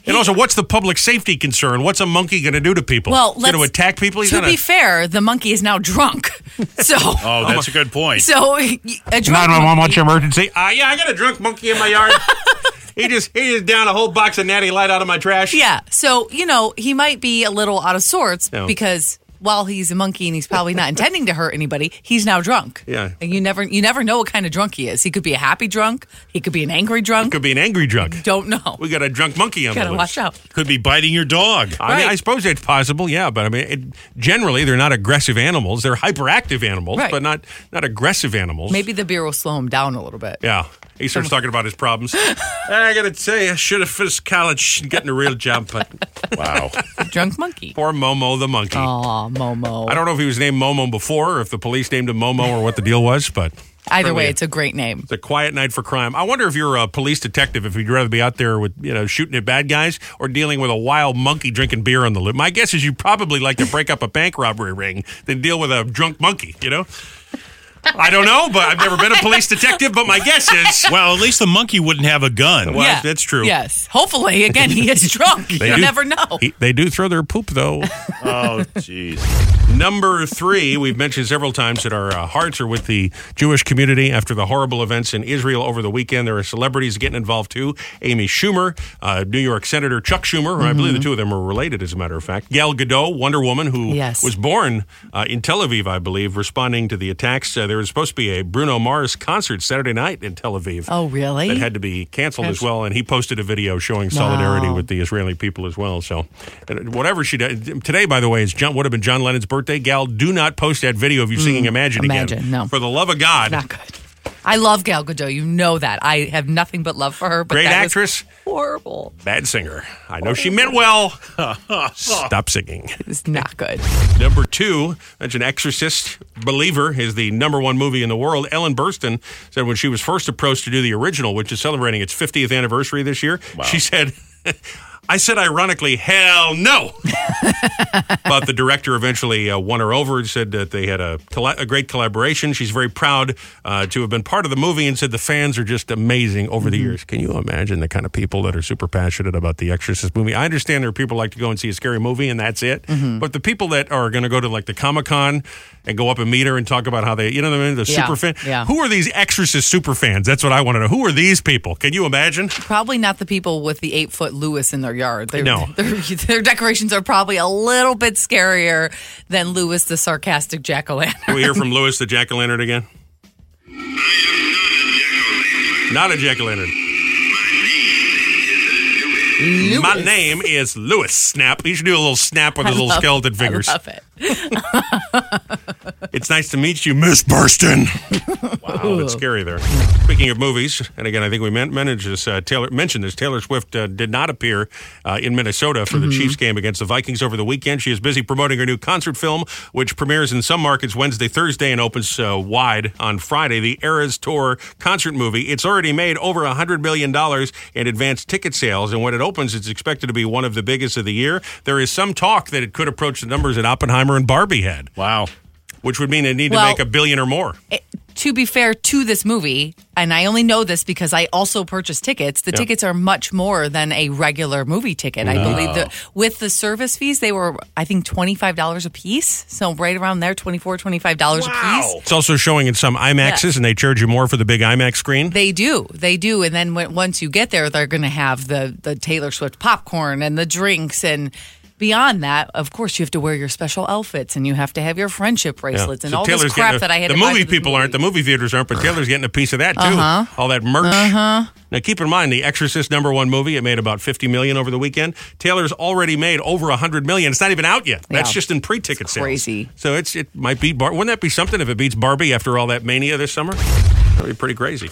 Speaker 1: And also, what's the public safety concern? What's a monkey going to do to people?
Speaker 3: Well,
Speaker 1: He's going to
Speaker 3: let's-
Speaker 1: attack people. He's <laughs>
Speaker 3: to
Speaker 1: gonna-
Speaker 3: be fair, the monkey is
Speaker 1: <laughs>
Speaker 3: now drunk. So,
Speaker 2: Oh, that's a good point.
Speaker 3: so a drunk monkey-
Speaker 1: emergency? Uh, yeah, I got a drunk monkey in my yard. he just he just down a whole box of natty light out of my trash.
Speaker 3: Yeah. So, you know, he might be a little out of sorts
Speaker 1: Yeah.
Speaker 3: because while he's a monkey and he's probably not intending to hurt anybody, he's now drunk.
Speaker 1: Yeah.
Speaker 3: And you never you never know what kind of drunk he is. He could be a happy drunk, he could be an angry drunk.
Speaker 1: Could be an angry drunk.
Speaker 3: Don't know.
Speaker 1: We got a drunk monkey on
Speaker 3: Gotta
Speaker 1: the loose.
Speaker 3: watch out.
Speaker 2: Could be biting your dog.
Speaker 1: I, mean,
Speaker 3: Right.
Speaker 1: I suppose it's possible, yeah. But I mean, it, generally they're not aggressive animals. They're hyperactive animals,
Speaker 3: Right.
Speaker 1: but not not aggressive animals.
Speaker 3: Maybe the beer will slow him down a little bit.
Speaker 1: Yeah. He starts talking about his
Speaker 3: <laughs>
Speaker 1: problems. I gotta tell you, I should have finished college and gotten a real job, <laughs> but
Speaker 2: Wow.
Speaker 3: Drunk monkey.
Speaker 1: poor Momo the monkey.
Speaker 3: Aw, Momo.
Speaker 1: I don't know if he was named Momo before or if the police named him Momo or what the deal was, but
Speaker 3: Either way,
Speaker 1: certainly
Speaker 3: it's a great name.
Speaker 1: it's a quiet night for crime. I wonder if you're a police detective, if you'd rather be out there with you know shooting at bad guys or dealing with a wild monkey drinking beer on the loop. My guess is you probably like to break up a bank robbery ring than deal with a drunk monkey. You know, I don't know, but I've never been a police detective. But my guess
Speaker 3: <laughs>
Speaker 1: is
Speaker 2: Well, at least the monkey wouldn't have a gun.
Speaker 1: Well,
Speaker 3: Yeah.
Speaker 1: that's true.
Speaker 3: Yes. Hopefully, again, he
Speaker 1: <laughs>
Speaker 3: is drunk. you
Speaker 1: do-
Speaker 3: never know.
Speaker 1: he- they do throw their poop though.
Speaker 2: Oh, jeez.
Speaker 1: Number three, we've mentioned several times that our uh, hearts are with the Jewish community after the horrible events in Israel over the weekend. There are celebrities getting involved too. Amy Schumer, uh, New York Senator Chuck Schumer, who I believe
Speaker 3: Mm-hmm.
Speaker 1: the two of them are related, as a matter of fact. Gal Gadot, Wonder Woman, who
Speaker 3: Yes.
Speaker 1: was born uh, in Tel Aviv, I believe, responding to the attacks. Uh, there was supposed to be a Bruno Mars concert Saturday night in Tel Aviv.
Speaker 3: Oh, really?
Speaker 1: That had to be canceled as
Speaker 3: Yes.
Speaker 1: well, and he posted a video showing solidarity
Speaker 3: Wow.
Speaker 1: with the Israeli people as well. So, and whatever she did today, by the way, is John would have been John Lennon's birthday. Gal, do not post that video of you singing "Imagine" again.
Speaker 3: Mm, Imagine, no.
Speaker 1: for the love of God,
Speaker 3: Not good. I love Gal Gadot. You know that. I have nothing but love for her. But
Speaker 1: Great
Speaker 3: that was
Speaker 1: actress.
Speaker 3: horrible.
Speaker 1: bad singer. I know she meant
Speaker 3: <laughs>
Speaker 1: well. Stop singing.
Speaker 3: It was not good.
Speaker 1: Number two, that's an exorcist. Believer is the number one movie in the world. Ellen Burstyn said when she was first approached to do the original, which is celebrating its 50th anniversary this year, she said, <laughs> I said ironically, hell
Speaker 3: <laughs>
Speaker 1: no. but the director eventually uh, won her over and said that they had a, colla- a great collaboration. She's very proud uh, to have been part of the movie and said the fans are just amazing over
Speaker 3: Mm-hmm.
Speaker 1: the years. Can you imagine the kind of people that are super passionate about the Exorcist movie? I understand there are people who like to go and see a scary movie and that's it.
Speaker 3: Mm-hmm.
Speaker 1: But the people that are going to go to like the Comic Con and go up and meet her and talk about how they, you know what I mean, the
Speaker 3: Yeah,
Speaker 1: super fan.
Speaker 3: yeah.
Speaker 1: Who are these Exorcist super fans? That's what I want to know. Who are these people? Can you imagine?
Speaker 3: Probably not the people with the eight foot Lewis in their yard. Their,
Speaker 1: No.
Speaker 3: Their, <laughs> their decorations are probably a little bit scarier than Lewis, the sarcastic jack o' lantern.
Speaker 1: Can we hear from Lewis the Jack o' Lantern again? Not a Jack o' Lantern. My name is Lewis Snap. You should do a little snap with his little
Speaker 3: love-
Speaker 1: skeleton
Speaker 3: <laughs> I
Speaker 1: fingers.
Speaker 3: love it.
Speaker 1: It's nice to meet you, Miss Burston. wow, that's scary there. Speaking of movies, and again, I think we men- mentioned this. Uh, Taylor mentioned this. Taylor Swift uh, did not appear uh, in Minnesota for the Chiefs game against the Vikings over the weekend. She is busy promoting her new concert film, which premieres in some markets Wednesday, Thursday, and opens uh, wide on Friday. The Eras Tour concert movie. It's already made over hundred million dollars in advanced ticket sales, and when it opens, it's expected to be one of the biggest of the year. There is some talk that it could approach the numbers that Oppenheimer and Barbie had
Speaker 2: Wow.
Speaker 1: which would mean they need
Speaker 3: Well-
Speaker 1: to make a billion or more.
Speaker 3: It- to be fair to this movie, and I only know this because I also purchased tickets, the
Speaker 1: Yeah.
Speaker 3: tickets are much more than a regular movie ticket. I
Speaker 1: No.
Speaker 3: believe that with the service fees, they were, I think, $25 a piece. So right around there, $24, $25 a piece.
Speaker 1: It's also showing in some IMAXs,
Speaker 3: Yeah.
Speaker 1: and they charge you more for the big IMAX screen.
Speaker 3: They do, they do, and then when, once you get there, they're going to have the the Taylor Swift popcorn and the drinks, and beyond that, of course, you have to wear your special outfits and you have to have your friendship
Speaker 1: Yeah.
Speaker 3: bracelets and
Speaker 1: So
Speaker 3: all
Speaker 1: Taylor's
Speaker 3: this crap
Speaker 1: getting a-
Speaker 3: that I had.
Speaker 1: The
Speaker 3: to buy
Speaker 1: movie
Speaker 3: for this
Speaker 1: people aren't, the movie theaters aren't, but Taylor's getting a piece of that too.
Speaker 3: Uh-huh.
Speaker 1: All that merch.
Speaker 3: Uh-huh.
Speaker 1: Now keep in mind, The Exorcist number one movie. It made about fifty million over the weekend. Taylor's already made over hundred million. It's not even out yet. That's
Speaker 3: Yeah.
Speaker 1: just in pre-ticket sales.
Speaker 3: crazy.
Speaker 1: So it's it might be. Bar- wouldn't that be something if it beats Barbie after all that mania this summer? That'd be pretty crazy.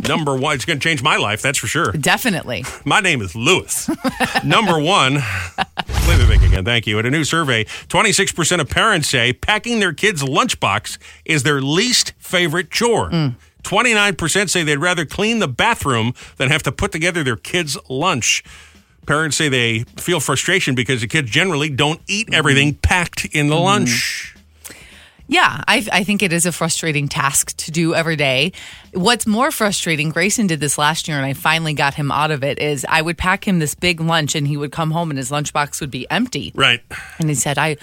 Speaker 1: <laughs> number one, it's going to change my life. That's for sure.
Speaker 3: Definitely.
Speaker 1: My name is Lewis. <laughs> Number one, play the again. Thank you. At a new survey, 26% of parents say packing their kids' lunchbox is their least favorite chore.
Speaker 3: Hmm.
Speaker 1: 29% say they'd rather clean the bathroom than have to put together their kids' lunch. Parents say they feel frustration because the kids generally don't eat everything
Speaker 3: Mm-hmm.
Speaker 1: packed in the lunch.
Speaker 3: Yeah, I, I think it is a frustrating task to do every day. What's more frustrating, Grayson did this last year and I finally got him out of it, is I would pack him this big lunch and he would come home and his lunchbox would be empty.
Speaker 1: Right.
Speaker 3: And he said, I.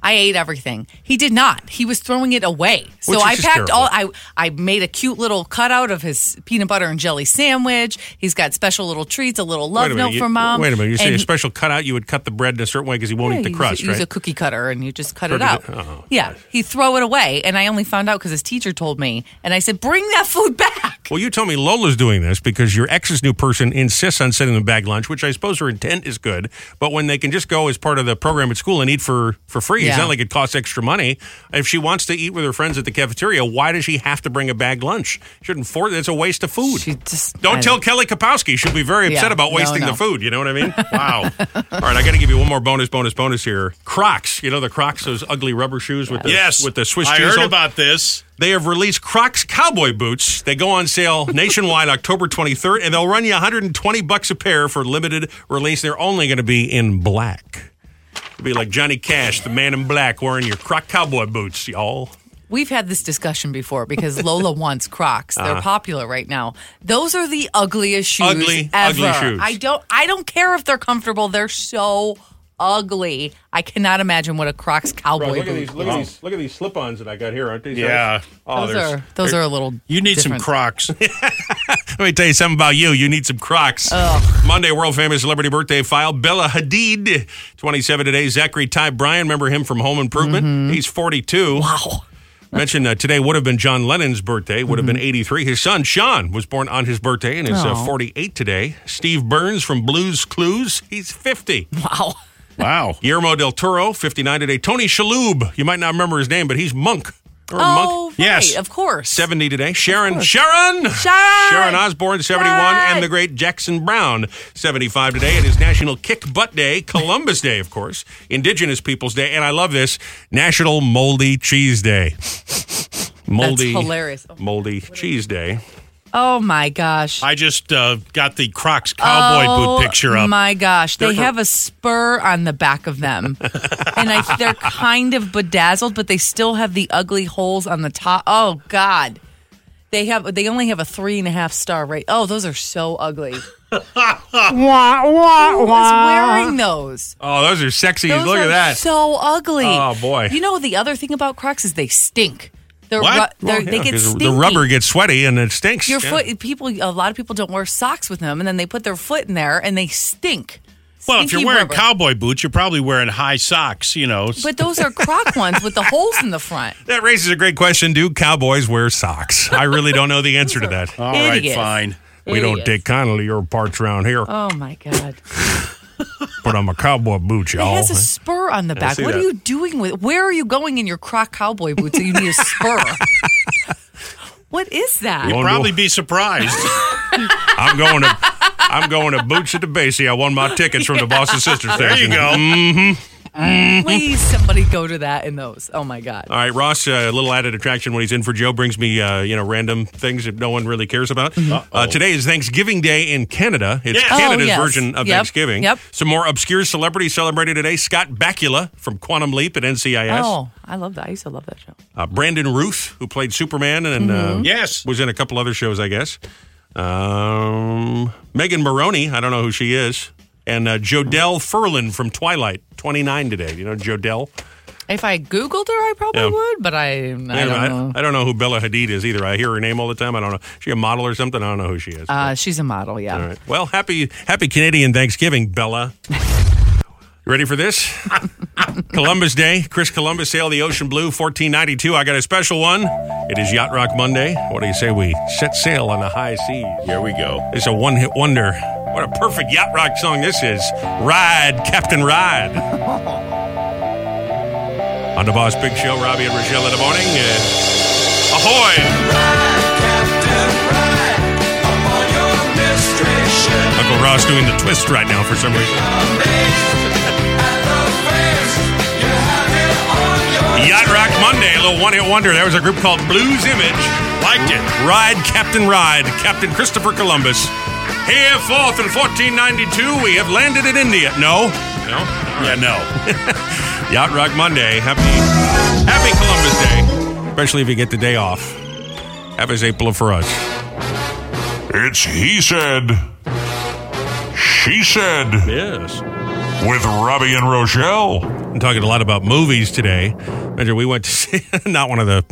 Speaker 3: I ate everything. He did not. He was throwing it away. So
Speaker 1: Which is
Speaker 3: I
Speaker 1: just
Speaker 3: packed
Speaker 1: terrible.
Speaker 3: all. I I made a cute little cutout of his peanut butter and jelly sandwich. He's got special little treats, a little love
Speaker 1: wait a minute,
Speaker 3: note
Speaker 1: you,
Speaker 3: for mom.
Speaker 1: Wait a minute. You say
Speaker 3: and
Speaker 1: a
Speaker 3: he-
Speaker 1: special cutout, you would cut the bread in a certain way because he won't
Speaker 3: yeah,
Speaker 1: eat the
Speaker 3: you
Speaker 1: crust,
Speaker 3: use,
Speaker 1: right?
Speaker 3: Use a cookie cutter and you just cut
Speaker 1: Or
Speaker 3: it
Speaker 1: does
Speaker 3: out.
Speaker 1: it- oh,
Speaker 3: yeah, he throw it away, and I only found out because his teacher told me, and I said, "Bring that food back."
Speaker 1: Well, you told me Lola's doing this because your ex's new person insists on sending them bag lunch, which I suppose her intent is good. But when they can just go as part of the program at school and eat for, for free, it's
Speaker 3: Yeah.
Speaker 1: not like it costs extra money. If she wants to eat with her friends at the cafeteria, why does she have to bring a bag lunch? Shouldn't for that's a waste of food. don't
Speaker 3: I-
Speaker 1: tell Kelly Kapowski. She'll be very upset
Speaker 3: Yeah,
Speaker 1: about
Speaker 3: no,
Speaker 1: wasting
Speaker 3: no.
Speaker 1: the food. You know what I
Speaker 3: <laughs>
Speaker 1: mean? Wow. All right, I got to give you one more bonus, bonus, bonus here. Crocs. You know the Crocs, those ugly rubber shoes with the
Speaker 2: Yes.
Speaker 1: with the Swiss
Speaker 2: I
Speaker 1: cheese
Speaker 2: heard
Speaker 1: on-
Speaker 2: about this.
Speaker 1: they have released Crocs cowboy boots. They go on sale nationwide October 23rd, and they'll run you 120 bucks a pair for limited release. They're only going to be in black. It'll be like Johnny Cash, the man in black, wearing your Croc cowboy boots, y'all.
Speaker 3: We've had this discussion before
Speaker 1: <laughs>
Speaker 3: because Lola wants Crocs. They're
Speaker 1: Uh-huh.
Speaker 3: popular right now. Those are the ugliest shoes
Speaker 1: Ugly,
Speaker 3: ever.
Speaker 1: ugly shoes.
Speaker 3: I don't. I don't care if they're comfortable. They're so ugly. I cannot imagine what a Crocs cowboy
Speaker 1: look at
Speaker 3: boot
Speaker 1: these, look at
Speaker 3: is.
Speaker 1: these, look at these slip-ons that I got here, aren't these?
Speaker 2: Yeah.
Speaker 1: nice? Oh,
Speaker 3: Those
Speaker 1: there's-
Speaker 3: are those are
Speaker 1: <laughs>
Speaker 3: a little. <laughs>
Speaker 2: You need
Speaker 3: different.
Speaker 2: some Crocs.
Speaker 1: Let me tell you something about you. You need some Crocs. Monday, world famous celebrity birthday file. Bella Hadid, 27 today. Zachary Ty Bryan, remember him from Home Improvement?
Speaker 3: Mm-hmm.
Speaker 1: He's 42. Wow. Mentioned uh, today would have been John Lennon's birthday, would have
Speaker 3: Mm-hmm.
Speaker 1: been 83. His son, Sean, was born on his birthday and is uh,
Speaker 3: Aw.
Speaker 1: 48 today. Steve Burns from Blues Clues, he's 50.
Speaker 3: Wow.
Speaker 2: Wow.
Speaker 1: Guillermo del Toro, 59 today. Tony Shalhoub, you might not remember his name, but he's Monk. Remember
Speaker 3: Oh, right,
Speaker 1: Yes.
Speaker 3: of course.
Speaker 1: 70 today. Sharon, Sharon!
Speaker 3: Sharon!
Speaker 1: Sharon Osbourne, 71, and the great Jackson Brown, 75 today. It is National Kick Butt Day, Columbus Day, of course, Indigenous Peoples Day, and I love this National Moldy Cheese Day. Moldy,
Speaker 3: hilarious. Oh,
Speaker 1: Moldy Cheese Day.
Speaker 3: Oh my gosh.
Speaker 2: I just uh, got the Crocs cowboy
Speaker 3: oh,
Speaker 2: boot picture up.
Speaker 3: My gosh, they
Speaker 2: They're-
Speaker 3: have a spur on the back of them,
Speaker 1: <laughs>
Speaker 3: and I, they're kind of bedazzled, but they still have the ugly holes on the top. Oh God, they have they only have a three and a half star rate. Oh, those are
Speaker 1: <laughs>
Speaker 3: so ugly. Who is wearing those?
Speaker 1: Oh, those are sexy.
Speaker 3: Those
Speaker 1: Look
Speaker 3: are
Speaker 1: at that.
Speaker 3: So ugly.
Speaker 1: Oh, boy.
Speaker 3: You know the other thing about Crocs is they stink. They're,
Speaker 1: What?
Speaker 3: ru-
Speaker 1: Well,
Speaker 3: they're,
Speaker 1: yeah,
Speaker 3: they get
Speaker 1: 'cause
Speaker 3: stinky.
Speaker 1: the rubber gets sweaty and it stinks.
Speaker 3: Your
Speaker 1: Yeah.
Speaker 3: foot, people, a lot of people don't wear socks with them, and then they put their foot in there and they stink.
Speaker 2: well, if you're
Speaker 3: Stinky
Speaker 2: wearing
Speaker 3: rubber.
Speaker 2: cowboy boots, you're probably wearing high socks, you know.
Speaker 3: But those
Speaker 1: <laughs>
Speaker 3: are croc ones with the holes in the front.
Speaker 1: That raises a great question. Do cowboys wear socks? I really don't know the answer to
Speaker 3: <laughs>
Speaker 1: that.
Speaker 2: All right,
Speaker 3: idiots.
Speaker 2: fine.
Speaker 1: We don't
Speaker 3: Idiots.
Speaker 1: take kindly to your parts around here.
Speaker 3: Oh my God.
Speaker 1: But I'm a cowboy boot,
Speaker 3: It
Speaker 1: y'all.
Speaker 3: has a spur on the
Speaker 1: I
Speaker 3: back.
Speaker 1: see
Speaker 3: What
Speaker 1: that.
Speaker 3: are you doing with Where are you going in your croc cowboy boots that you need
Speaker 1: <laughs>
Speaker 3: a spur? what is that?
Speaker 1: Won't
Speaker 2: Probably be surprised.
Speaker 1: <laughs> I'm going to I'm going to Boots at the Basie. I won my tickets from the Boston Sisters.
Speaker 2: There you go.
Speaker 1: Mm-hmm.
Speaker 3: Please, somebody go to that in those. Oh my God.
Speaker 1: All right, Ross, uh, a little added attraction when he's in for Joe brings me, uh, you know, random things that no one really cares about. Uh, today is Thanksgiving Day in Canada. It's
Speaker 3: Mm-hmm. Yes.
Speaker 1: Canada's
Speaker 3: Oh, yes.
Speaker 1: version of
Speaker 3: Yep,
Speaker 1: Thanksgiving.
Speaker 3: yep.
Speaker 1: Some more obscure celebrities celebrated today. Scott Bakula from Quantum Leap at NCIS.
Speaker 3: Oh, I love that. I used to love that show.
Speaker 1: Uh, Brandon Ruth, who played Superman and uh,
Speaker 3: Mhm.
Speaker 1: yes, was in a couple other shows, I guess. Um, Megan Maroney, I don't know who she is, and uh, Jodelle Furlan from Twilight, 29 today. You know Jodelle.
Speaker 3: If I Googled her, I probably
Speaker 1: Yeah.
Speaker 3: would, but I, I don't know.
Speaker 1: I, don't know who Bella Hadid is either. I hear her name all the time. I don't know. Is she a model or something? I don't know who she is.
Speaker 3: Uh, she's a model, yeah.
Speaker 1: all right. Well, happy happy Canadian Thanksgiving, Bella. You Ready for this? Columbus Day. Chris Columbus sailed the ocean blue, 1492. I got a special one. It is Yacht Rock Monday. What do you say we set sail on the high seas? Here we go. It's a one hit wonder. What a perfect Yacht Rock song this is. Ride, Captain Ride. on the Boss Big Show, Robbie and Rochelle in the morning. Uh, ahoy! Uncle Ross doing the twist right now for some reason. Yacht Rock Monday, a little one hit wonder. There was a group called Blues Image. Liked it. Ride, Captain Ride, Captain Christopher Columbus. Here forth in 1492, we have landed in India. No? No? Yeah, no. <laughs> Yacht Rock Monday. Happy, happy Columbus Day. Especially if you get the day off. Have is April for us.
Speaker 18: It's he said, she said.
Speaker 1: Yes.
Speaker 18: With Robbie and Rochelle.
Speaker 1: I'm talking a lot about movies today. Measure, we went to see <laughs> not one of the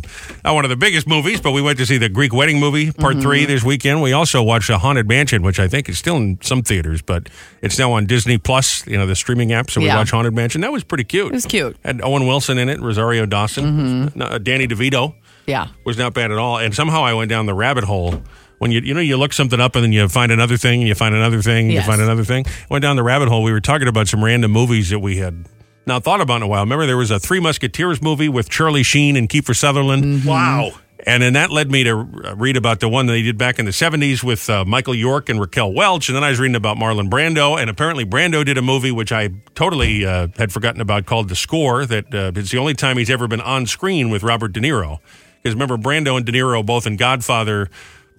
Speaker 1: not one of the biggest movies, but we went to see the Greek Wedding movie Part
Speaker 3: Mm-hmm.
Speaker 1: Three this weekend. We also watched a Haunted Mansion, which I think is still in some theaters, but it's now on Disney Plus, you know, the streaming app. So we
Speaker 3: Yeah.
Speaker 1: watched Haunted Mansion. That was pretty cute.
Speaker 3: It was cute. Mm-hmm.
Speaker 1: Had Owen Wilson in it, Rosario Dawson, No, uh, Danny DeVito
Speaker 3: Yeah.
Speaker 1: was not bad at all. And somehow I went down the rabbit hole. When you you know you look something up and then you find another thing and you find another thing and
Speaker 3: Yes.
Speaker 1: you find another thing. I went down the rabbit hole. We were talking about some random movies that we had not thought about in a while. Remember there was a Three Musketeers movie with Charlie Sheen and Kiefer Sutherland. Wow. And then that led me to uh, read about the one that he did back in the 70s with uh, Michael York and Raquel Welch. And then I was reading about Marlon Brando. And apparently, Brando did a movie which I totally uh, had forgotten about called The Score. That uh, it's the only time he's ever been on screen with Robert De Niro. Because remember, Brando and De Niro both in Godfather,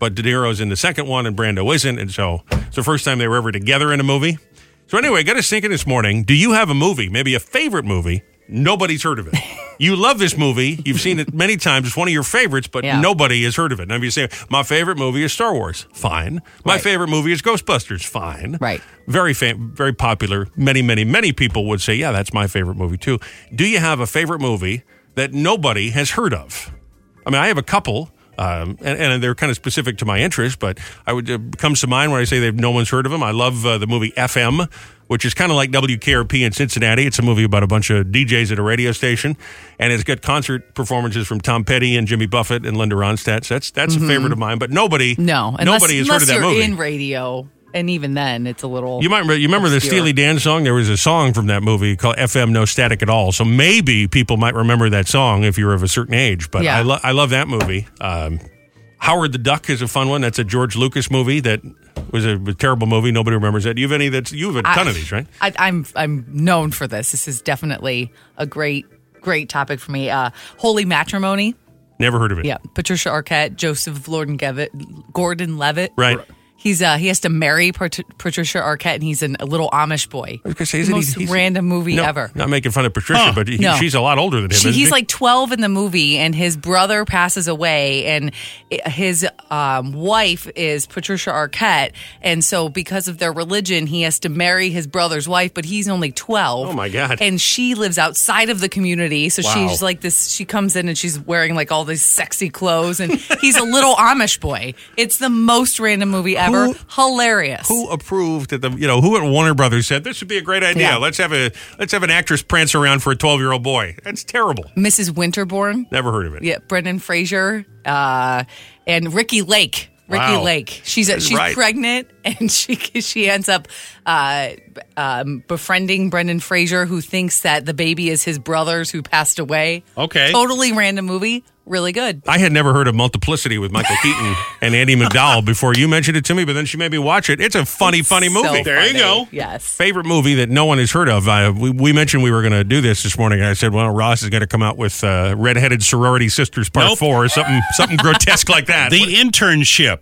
Speaker 1: but De Niro's in the second one and Brando isn't. And so it's the first time they were ever together in a movie. So anyway, got us thinking this morning. Do you have a movie, maybe a favorite movie? Nobody's heard of it. You love this movie. You've seen it many times. It's one of your favorites, but
Speaker 18: Yeah.
Speaker 1: nobody has heard of it. Now, if you say, my favorite movie is Star Wars, fine. My favorite movie is Ghostbusters, fine. Right. Very, fam- very popular. Many, many, many people would say, yeah, that's my favorite movie too. Do you have a favorite movie that nobody has heard of? I mean, I have a couple, um, and, and they're kind of specific to my interest, but I would it comes to mind when I say that no one's heard of them. I love uh, the movie FM, which is kind of like WKRP in Cincinnati. It's a movie about a bunch of DJs at a radio station, and it's got concert performances from Tom Petty and Jimmy Buffett and Linda Ronstadt. So that's that's
Speaker 3: Mhm.
Speaker 1: a favorite of mine, but nobody,
Speaker 3: No, unless,
Speaker 1: nobody has heard
Speaker 3: unless
Speaker 1: of that
Speaker 3: you're
Speaker 1: movie.
Speaker 3: in radio, and even then, it's a little.
Speaker 1: You might re- you remember the
Speaker 3: obscure.
Speaker 1: Steely Dan song. There was a song from that movie called "FM No Static at All." So maybe people might remember that song if you're of a certain age. But I,
Speaker 18: Yeah.
Speaker 1: lo- I love that movie. Um, Howard the Duck is a fun one. That's a George Lucas movie that was a, terrible movie. Nobody remembers that. You have any that's you have a ton
Speaker 3: I-
Speaker 1: of these, right?
Speaker 3: I, I'm I'm known for this. This is definitely a great great topic for me. Uh, Holy matrimony.
Speaker 1: Never heard of it.
Speaker 3: Yeah, Patricia Arquette, Joseph Gordon Gordon Levitt.
Speaker 1: Right.
Speaker 3: He's uh, he has to marry Pat- Patricia Arquette, and he's an, a little Amish boy.
Speaker 1: I was gonna say,
Speaker 3: The
Speaker 1: isn't he-
Speaker 3: most
Speaker 1: he's-
Speaker 3: random movie
Speaker 1: No,
Speaker 3: ever.
Speaker 1: Not making fun of Patricia,
Speaker 3: Huh.
Speaker 1: but he,
Speaker 3: No.
Speaker 1: she's a lot older than him.
Speaker 3: She,
Speaker 1: isn't
Speaker 3: he's
Speaker 1: he?
Speaker 3: like 12 in the movie, and his brother passes away, and i- his um, wife is Patricia Arquette. And so, because of their religion, he has to marry his brother's wife, but he's only 12.
Speaker 1: Oh, my God.
Speaker 3: And she lives outside of the community. So,
Speaker 1: Wow.
Speaker 3: she's like this she comes in and she's wearing like all these sexy clothes, and he's a little <laughs> Amish boy. It's the most random movie ever. Hilarious.
Speaker 1: who approved that the you know who at Warner Brothers said this would be a great idea.
Speaker 3: Yeah.
Speaker 1: Let's have a let's have an actress prance around for a 12 year old boy. That's terrible.
Speaker 3: Mrs. Winterborn.
Speaker 1: Never heard of it.
Speaker 3: Yeah, Brendan Fraser uh, and Ricky Lake. Ricky
Speaker 1: Wow.
Speaker 3: Lake. She's
Speaker 1: That's
Speaker 3: she's
Speaker 1: right.
Speaker 3: pregnant, <laughs> and she she ends up uh, um, befriending Brendan Fraser, who thinks that the baby is his brother's who passed away.
Speaker 2: Okay.
Speaker 3: totally random movie. really good.
Speaker 1: I had never heard of Multiplicity with Michael Keaton and Andy McDowell before you mentioned it to me, but then she made me watch it. It's a funny, funny
Speaker 3: So
Speaker 1: movie.
Speaker 3: There you funny. go. Yes.
Speaker 1: Favorite movie that no one has heard of. I, we, we mentioned we were going to do this this morning, and I said, well, Ross is going to come out with uh, Redheaded Sorority Sisters Part
Speaker 2: Nope.
Speaker 1: 4 or something, something grotesque like that.
Speaker 2: The internship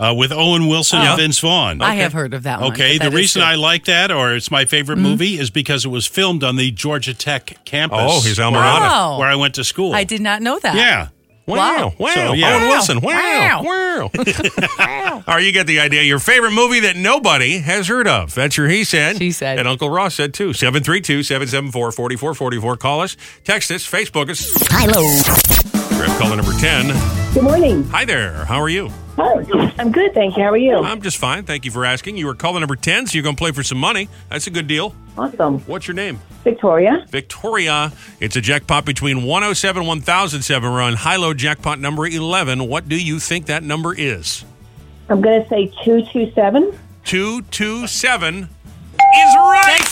Speaker 2: uh, with Owen Wilson
Speaker 1: Yeah.
Speaker 2: and Vince Vaughn.
Speaker 3: I have heard of that one.
Speaker 2: Okay,
Speaker 3: but that
Speaker 2: the
Speaker 3: is
Speaker 2: reason
Speaker 3: good. Mm-hmm.
Speaker 2: I like that, or it's my favorite movie, is because it was filmed on the Georgia Tech campus.
Speaker 1: Oh, his alma
Speaker 2: where I-
Speaker 1: mater.
Speaker 3: Wow.
Speaker 2: where I went to school.
Speaker 3: I did not know that.
Speaker 2: Yeah.
Speaker 1: Wow. Wow.
Speaker 2: So, yeah.
Speaker 1: Owen
Speaker 2: Wow.
Speaker 1: Wilson. Wow. Wow. All right, you get the idea. Your favorite movie that nobody has heard of. That's your he said. She said. And Uncle Ross said too. 732 774 4444. Call us, text us, Facebook us.
Speaker 15: Hello.
Speaker 1: Grab caller number 10.
Speaker 11: Good morning.
Speaker 1: Hi there. How are you?
Speaker 11: Hi. I'm good, thank you. How are you?
Speaker 1: I'm just fine. Thank you for asking. You were caller number 10, so you're going to play for some money. That's a good deal.
Speaker 11: Awesome.
Speaker 1: What's your name?
Speaker 11: Victoria.
Speaker 1: Victoria. It's a jackpot between 107 and 1007. We're on high low jackpot number 11. What do you think that number is?
Speaker 11: I'm going to say 227.
Speaker 1: 227 is right.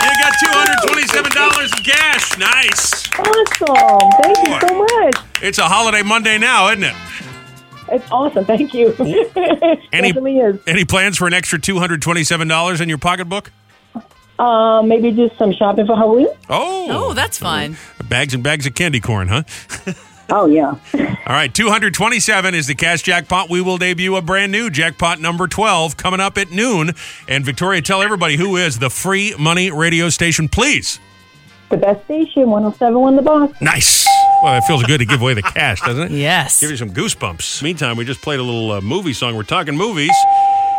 Speaker 1: You got $227 in cash. Nice.
Speaker 11: Awesome. Thank you so much.
Speaker 1: It's a holiday Monday now, isn't it?
Speaker 11: It's awesome. Thank you. <laughs>
Speaker 1: Any-
Speaker 11: Definitely is.
Speaker 1: Any plans for an extra $227 in your pocketbook?
Speaker 11: Uh, maybe do some shopping for Halloween.
Speaker 1: Oh.
Speaker 3: Oh, that's fun.
Speaker 1: Bags and bags of candy corn, huh?
Speaker 11: Oh yeah.
Speaker 1: All right, 227 is the cash jackpot. We will debut a brand new jackpot number 12 coming up at noon. And Victoria, tell everybody who is the free money radio station, please.
Speaker 11: The best station, 1071 The Boss.
Speaker 1: Nice. Well, it feels good to give away the cash, doesn't it?
Speaker 3: Yes.
Speaker 1: Give you some goosebumps. Meantime, we just played a little uh, movie song. We're talking movies.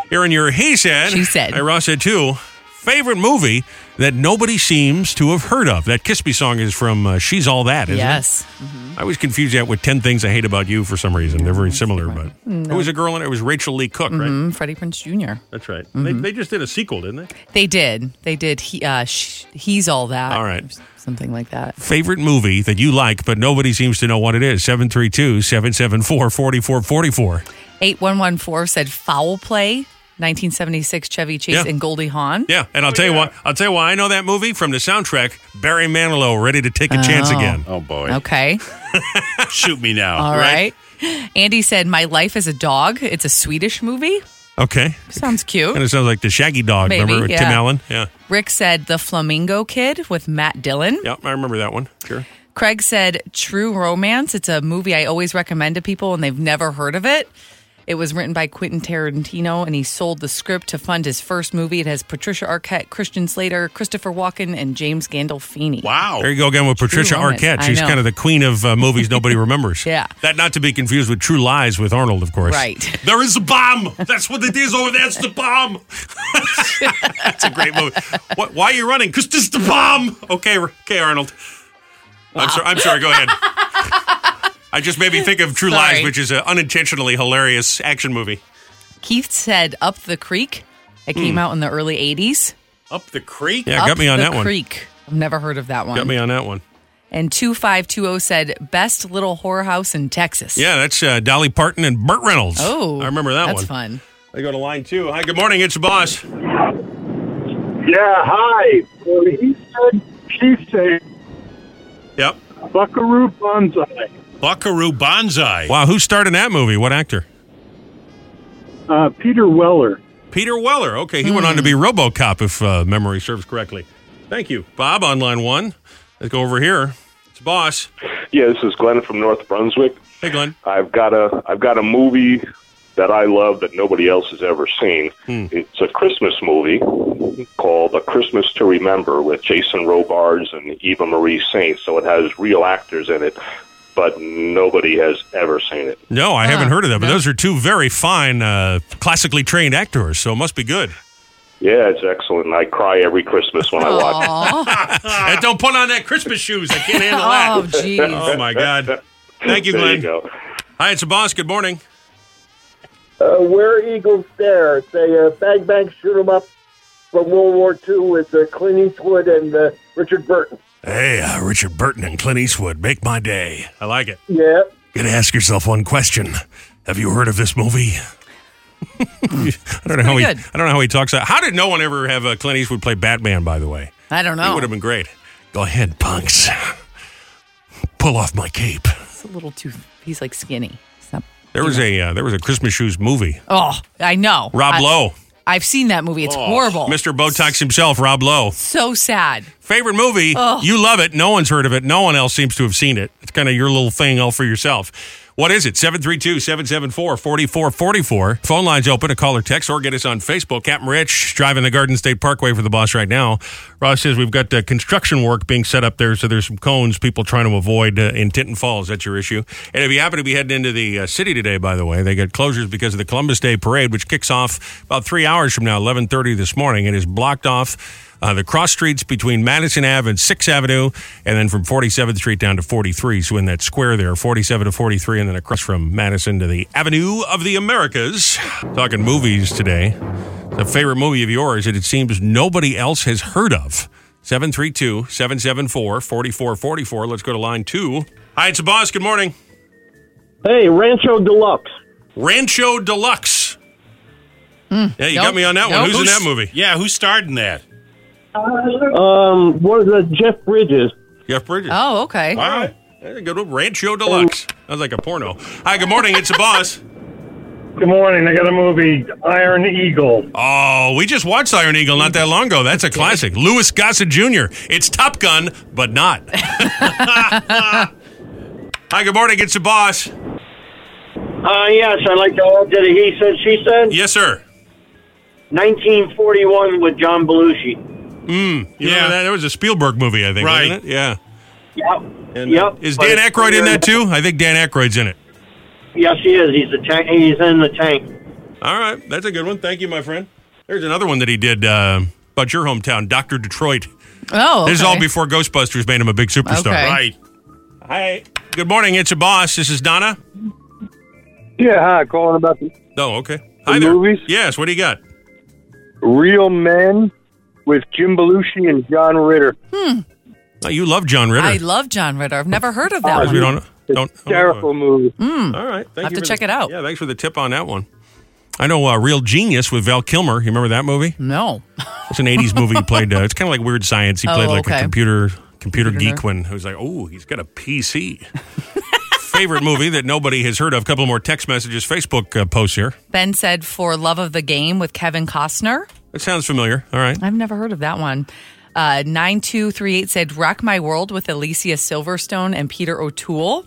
Speaker 1: Here in your He Said.
Speaker 3: She Said.
Speaker 1: I, Ross said too. Favorite movie that nobody seems to have heard of. That Kiss Me song is from uh, She's All That, isn't
Speaker 3: Yes.
Speaker 1: it? I always confuse that with 10 Things I Hate About You for some reason. They're very similar, but. Who was a girl in it? It was Rachel Lee Cook, right?
Speaker 3: Mm, Freddie Prince Jr.
Speaker 1: That's right. They,
Speaker 3: Mm-hmm.
Speaker 1: they just did a sequel, didn't they?
Speaker 3: They did. They did. He, uh, sh- he's all that.
Speaker 1: All right.
Speaker 3: Something like that.
Speaker 1: Favorite movie that you like, but nobody seems to know what it is? 732 774 4444.
Speaker 3: 8114 said foul play, 1976 Chevy Chase
Speaker 1: Yeah.
Speaker 3: and Goldie Hawn.
Speaker 1: Yeah, and I'll tell you why. I'll tell you why. I know that movie from the soundtrack. Barry Manilow, ready to take a chance
Speaker 3: Oh.
Speaker 1: again.
Speaker 2: Oh, boy.
Speaker 1: <laughs>
Speaker 3: Okay.
Speaker 2: Shoot me now.
Speaker 3: All right. Andy said, My Life as a Dog. It's a Swedish movie.
Speaker 1: Okay.
Speaker 3: Sounds cute.
Speaker 1: And it sounds like the Shaggy Dog.
Speaker 3: Maybe,
Speaker 1: remember with Tim
Speaker 3: yeah.
Speaker 1: Allen? Yeah.
Speaker 3: Rick said, The Flamingo Kid with Matt Dillon.
Speaker 1: Yep, I remember that one. Sure.
Speaker 3: Craig said, True Romance. It's a movie I always recommend to people and they've never heard of it. It was written by Quentin Tarantino and he sold the script to fund his first movie. It has Patricia Arquette, Christian Slater, Christopher Walken, and James Gandolfini.
Speaker 2: Wow.
Speaker 1: There you go again with Patricia
Speaker 3: Romance.
Speaker 1: Arquette.
Speaker 3: I
Speaker 1: She's
Speaker 3: know.
Speaker 1: kind of the queen of uh, movies
Speaker 3: <laughs>
Speaker 1: nobody remembers.
Speaker 3: Yeah.
Speaker 1: That not to be confused with True Lies with Arnold, of course.
Speaker 3: Right.
Speaker 1: <laughs> There is a bomb. That's what it is over there. It's the bomb. <laughs> That's a great movie. What, why are you running? Because this is the bomb. Okay, R- okay, Arnold. I'm sorry. I'm sorry. Go
Speaker 3: <laughs>
Speaker 1: ahead. I just made me think of True
Speaker 3: Sorry.
Speaker 1: Lies, which is an unintentionally hilarious action movie.
Speaker 3: Keith said, Up the Creek. It came out in the early 80s.
Speaker 2: Up the creek.
Speaker 1: Yeah,
Speaker 3: Up
Speaker 1: got me on
Speaker 3: the
Speaker 1: Hmm. that one.
Speaker 3: Creek. I've never heard of that one.
Speaker 1: Got me on that one.
Speaker 3: And 2520 said, Best Little Whorehouse in Texas.
Speaker 1: Yeah, that's uh, Dolly Parton and Burt Reynolds.
Speaker 3: Oh.
Speaker 1: I remember that
Speaker 3: that's
Speaker 1: one.
Speaker 3: fun.
Speaker 1: I go to line two. Hi, good morning. It's the boss.
Speaker 14: Yeah, hi. Well, he said, she said,
Speaker 1: Yep.
Speaker 14: Buckaroo Banzai.
Speaker 2: Buckaroo Banzai.
Speaker 1: Wow, who starred in that movie? What actor?
Speaker 14: Uh, Peter Weller.
Speaker 1: Peter Weller. Okay, he went on to be RoboCop, if uh, memory serves correctly. Thank you, Bob. On line one, let's go over here. It's the boss.
Speaker 19: Yeah, this is Glenn from North Brunswick.
Speaker 1: Hey, Glenn.
Speaker 19: I've got a I've got a movie that I love that nobody else has ever seen. It's a Christmas movie called A Christmas to Remember with Jason Robards and Eva Marie Saint. So it has real actors in it, but nobody has ever seen it.
Speaker 1: No, I haven't heard of that, but those are two very fine, uh, classically trained actors, so it must be good.
Speaker 19: Yeah, it's excellent. I cry every Christmas when I watch. it.
Speaker 1: and don't put on that Christmas shoes. I can't handle that.
Speaker 3: <laughs> Oh,
Speaker 1: <laughs>
Speaker 3: jeez.
Speaker 1: Oh, my God. Thank you,
Speaker 19: There
Speaker 1: Glenn.
Speaker 19: you go.
Speaker 1: Hi, it's the boss. Good morning.
Speaker 20: Uh, Where Eagles Dare. It's a uh, bang bang shoot 'em up from World War II with uh, Clint Eastwood and uh, Richard Burton.
Speaker 1: Hey, uh, Richard Burton and Clint Eastwood. Make my day. I like it.
Speaker 20: Yeah.
Speaker 1: Gotta ask yourself one question. Have you heard of this movie? I don't know how he.
Speaker 3: pretty good.
Speaker 1: I don't know how he talks. That. How did no one ever have uh, Clint Eastwood play Batman? By the way,
Speaker 3: I don't
Speaker 1: he
Speaker 3: know.
Speaker 1: would have been great. Go ahead, punks. Pull off my cape.
Speaker 3: a little too. He's like skinny. So,
Speaker 1: There was a uh, there was a Christmas shoes movie.
Speaker 3: oh, I know.
Speaker 1: Rob
Speaker 3: I-
Speaker 1: Lowe,
Speaker 3: I've seen that movie. It's horrible.
Speaker 1: Mr. Botox himself, Rob Lowe.
Speaker 3: So sad.
Speaker 1: Favorite movie?
Speaker 3: Oh.
Speaker 1: You love it. No one's heard of it. No one else seems to have seen it. It's kind of your little thing all for yourself. What is it? 732 774 4444. Phone lines open. A call or text or get us on Facebook. Captain Rich driving the Garden State Parkway for the boss right now. Ross says we've got uh, construction work being set up there, so there's some cones people trying to avoid uh, in Tinton Falls. That's your issue. And if you happen to be heading into the uh, city today, by the way, they got closures because of the Columbus Day Parade, which kicks off about three hours from now, 11.30 this morning. It is blocked off uh, the cross streets between Madison Ave and 6th Avenue, and then from 47th Street down to 43. So in that square there, 47 to 43, and then across from Madison to the Avenue of the Americas. Talking movies today. The favorite movie of yours that it seems nobody else has heard of. 732 774 4444. Let's go to line two. Hi, it's the boss. Good morning.
Speaker 20: Hey, Rancho Deluxe.
Speaker 1: Rancho Deluxe. yeah, you got me on that one. Who's in that movie?
Speaker 2: Yeah, who starred in that?
Speaker 20: Um, what is that? Jeff Bridges.
Speaker 1: Jeff Bridges.
Speaker 3: Oh, okay.
Speaker 1: Wow. That's a good one.
Speaker 14: Oh.
Speaker 1: Rancho Deluxe. Sounds like a porno. Hi, good morning. It's the boss.
Speaker 14: Good morning. I got a movie, Iron Eagle.
Speaker 1: Oh, we just watched Iron Eagle not that long ago. That's a classic. Louis Gossett Jr. It's Top Gun,
Speaker 14: <laughs>
Speaker 1: but not. Hi, good morning. It's the boss.
Speaker 20: Uh, yes, I like to all did a he said, she said.
Speaker 1: Yes, sir.
Speaker 20: 1941 with John Belushi.
Speaker 1: Mm, yeah, that, that was a Spielberg movie, I think.
Speaker 2: Right.
Speaker 1: Wasn't it? Yeah.
Speaker 20: Yep.
Speaker 1: And uh,
Speaker 14: uh,
Speaker 20: Yep.
Speaker 1: Is
Speaker 20: But
Speaker 1: Dan
Speaker 20: it's-
Speaker 1: Aykroyd in that too? I think Dan Aykroyd's in it.
Speaker 20: Yes, he is. He's the tank. He's in the tank.
Speaker 1: All right, that's a good one. Thank you, my friend. There's another one that he did uh, about your hometown, Doctor Detroit.
Speaker 3: Oh,
Speaker 1: This is all
Speaker 3: okay.
Speaker 1: before Ghostbusters made him a big superstar.
Speaker 3: Okay.
Speaker 1: Right. Hi. Good morning. It's your boss. This is Donna.
Speaker 14: Yeah, hi. Calling about the
Speaker 1: Oh, okay. Hi there.
Speaker 14: movies?
Speaker 1: Yes. What do you got?
Speaker 14: Real Men with Jim Belushi and John Ritter.
Speaker 1: Oh, you love John Ritter.
Speaker 3: I love John Ritter. I've never heard of that
Speaker 1: Because
Speaker 3: one.
Speaker 1: we don't don't. oh,
Speaker 14: Hysterical movie.
Speaker 1: All right. Thank
Speaker 3: I'll have
Speaker 1: you
Speaker 3: to
Speaker 1: for
Speaker 3: check
Speaker 1: the-
Speaker 3: it out.
Speaker 1: Yeah. Thanks for the tip on that one. I know uh, Real Genius with Val Kilmer. You remember that movie?
Speaker 3: No.
Speaker 1: It's an '80s movie. He played. Uh, it's kind of like Weird Science. He
Speaker 3: Oh,
Speaker 1: played like
Speaker 3: okay.
Speaker 1: a computer computer geek when I was like, oh, he's got a PC. <laughs> Favorite movie that nobody has heard of. couple more text messages, Facebook uh, posts here.
Speaker 3: Ben said for Love of the Game with Kevin Costner.
Speaker 1: That sounds familiar. All right.
Speaker 3: I've never heard of that one. Uh, 9238 said Rock My World with Alicia Silverstone and Peter O'Toole.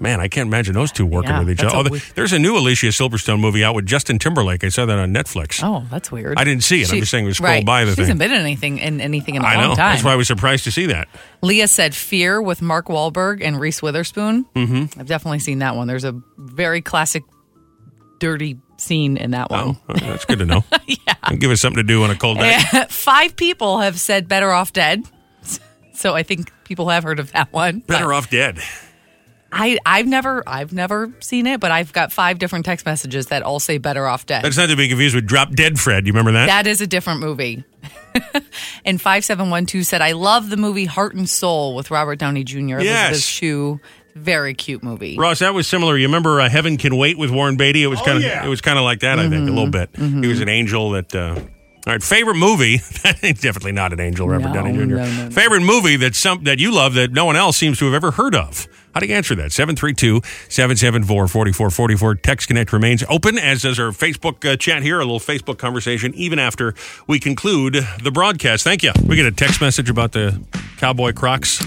Speaker 1: Man, I can't imagine those two working
Speaker 3: Yeah,
Speaker 1: with each
Speaker 3: that's
Speaker 1: other.
Speaker 3: a
Speaker 1: Oh,
Speaker 3: weird-
Speaker 1: th- there's a new Alicia Silverstone movie out with Justin Timberlake. I saw that on Netflix.
Speaker 3: Oh, that's weird.
Speaker 1: I didn't see it. I'm just saying we scrolled
Speaker 3: right.
Speaker 1: by the
Speaker 3: she
Speaker 1: thing.
Speaker 3: hasn't been in anything in anything in a
Speaker 1: I
Speaker 3: long
Speaker 1: know.
Speaker 3: time.
Speaker 1: That's why I was surprised to see that.
Speaker 3: Leah said Fear with Mark Wahlberg and Reese Witherspoon.
Speaker 1: Mm-hmm.
Speaker 3: I've definitely seen that one. There's a very classic dirty scene in that one.
Speaker 1: Oh, that's good to
Speaker 3: <laughs>
Speaker 1: know. yeah. Give us something to do on a cold night.
Speaker 3: Five people have said Better Off Dead. <laughs> So I think people have heard of that one. but
Speaker 1: Better off dead.
Speaker 3: I, I've never I've never seen it, but I've got five different text messages that all say Better Off Dead.
Speaker 1: That's not to be confused with Drop Dead Fred. You remember that?
Speaker 3: That is a different movie. <laughs> and 5712 said, I love the movie Heart and Soul with Robert Downey Jr.
Speaker 1: Yes.
Speaker 3: Elizabeth Shue. Very cute movie.
Speaker 1: Ross, that was similar. You remember uh, Heaven Can Wait with Warren Beatty? It was kind of it was kind of like that, I think, a little bit. He was an angel that. Uh, all right, favorite movie. <laughs> definitely not an angel, Robert Downey Jr. Favorite movie that some that you love that no one else seems to have ever heard of. How do you answer that? 732-774-4444. Text Connect remains open, as does our Facebook uh, chat here, a little Facebook conversation, even after we conclude the broadcast. Thank you. We get a text message about the Cowboy Crocs.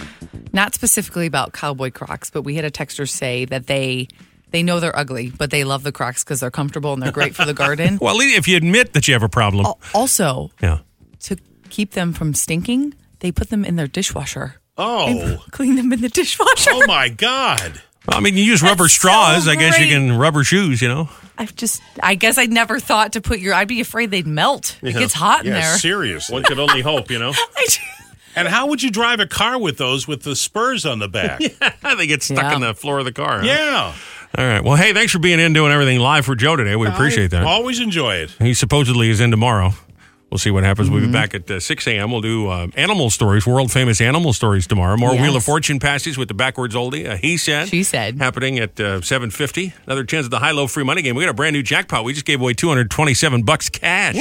Speaker 3: Not specifically about cowboy crocs, but we had a texter say that they they know they're ugly, but they love the crocs because they're comfortable and they're great for
Speaker 2: <laughs>
Speaker 3: the garden.
Speaker 1: Well, if you admit that you have a problem.
Speaker 3: Oh. Also,
Speaker 1: Yeah.
Speaker 3: to keep them from stinking, they put them in their dishwasher.
Speaker 2: Oh.
Speaker 3: Clean them in the dishwasher.
Speaker 2: Oh my God.
Speaker 1: Well, I mean, you use rubber straws. I guess you can rubber shoes. You know,
Speaker 3: I've just I guess I never thought to put your I'd be afraid they'd melt. It gets hot in
Speaker 2: yeah,
Speaker 3: there.
Speaker 2: Seriously.
Speaker 1: one could only hope. You know,
Speaker 3: <laughs> I just-
Speaker 2: And how would you drive a car with those with the spurs on the back?
Speaker 1: <laughs> they get stuck
Speaker 3: Yeah.
Speaker 1: in the floor of the car. huh?
Speaker 2: yeah.
Speaker 1: All right. Well, hey, thanks for being in doing everything live for Joe today. We appreciate that.
Speaker 2: Always enjoy it.
Speaker 1: He supposedly is in tomorrow. We'll see what happens.
Speaker 3: Mm-hmm.
Speaker 1: We'll be back at uh, 6 a.m. We'll do uh, animal stories, world famous animal stories tomorrow. More Wheel of
Speaker 3: Yes.
Speaker 1: Fortune passes with the backwards oldie. Uh, he said.
Speaker 3: She said.
Speaker 1: Happening at uh, 7:50. Another chance at the high-low free money game. We got a brand new jackpot. We just gave away 227 bucks cash.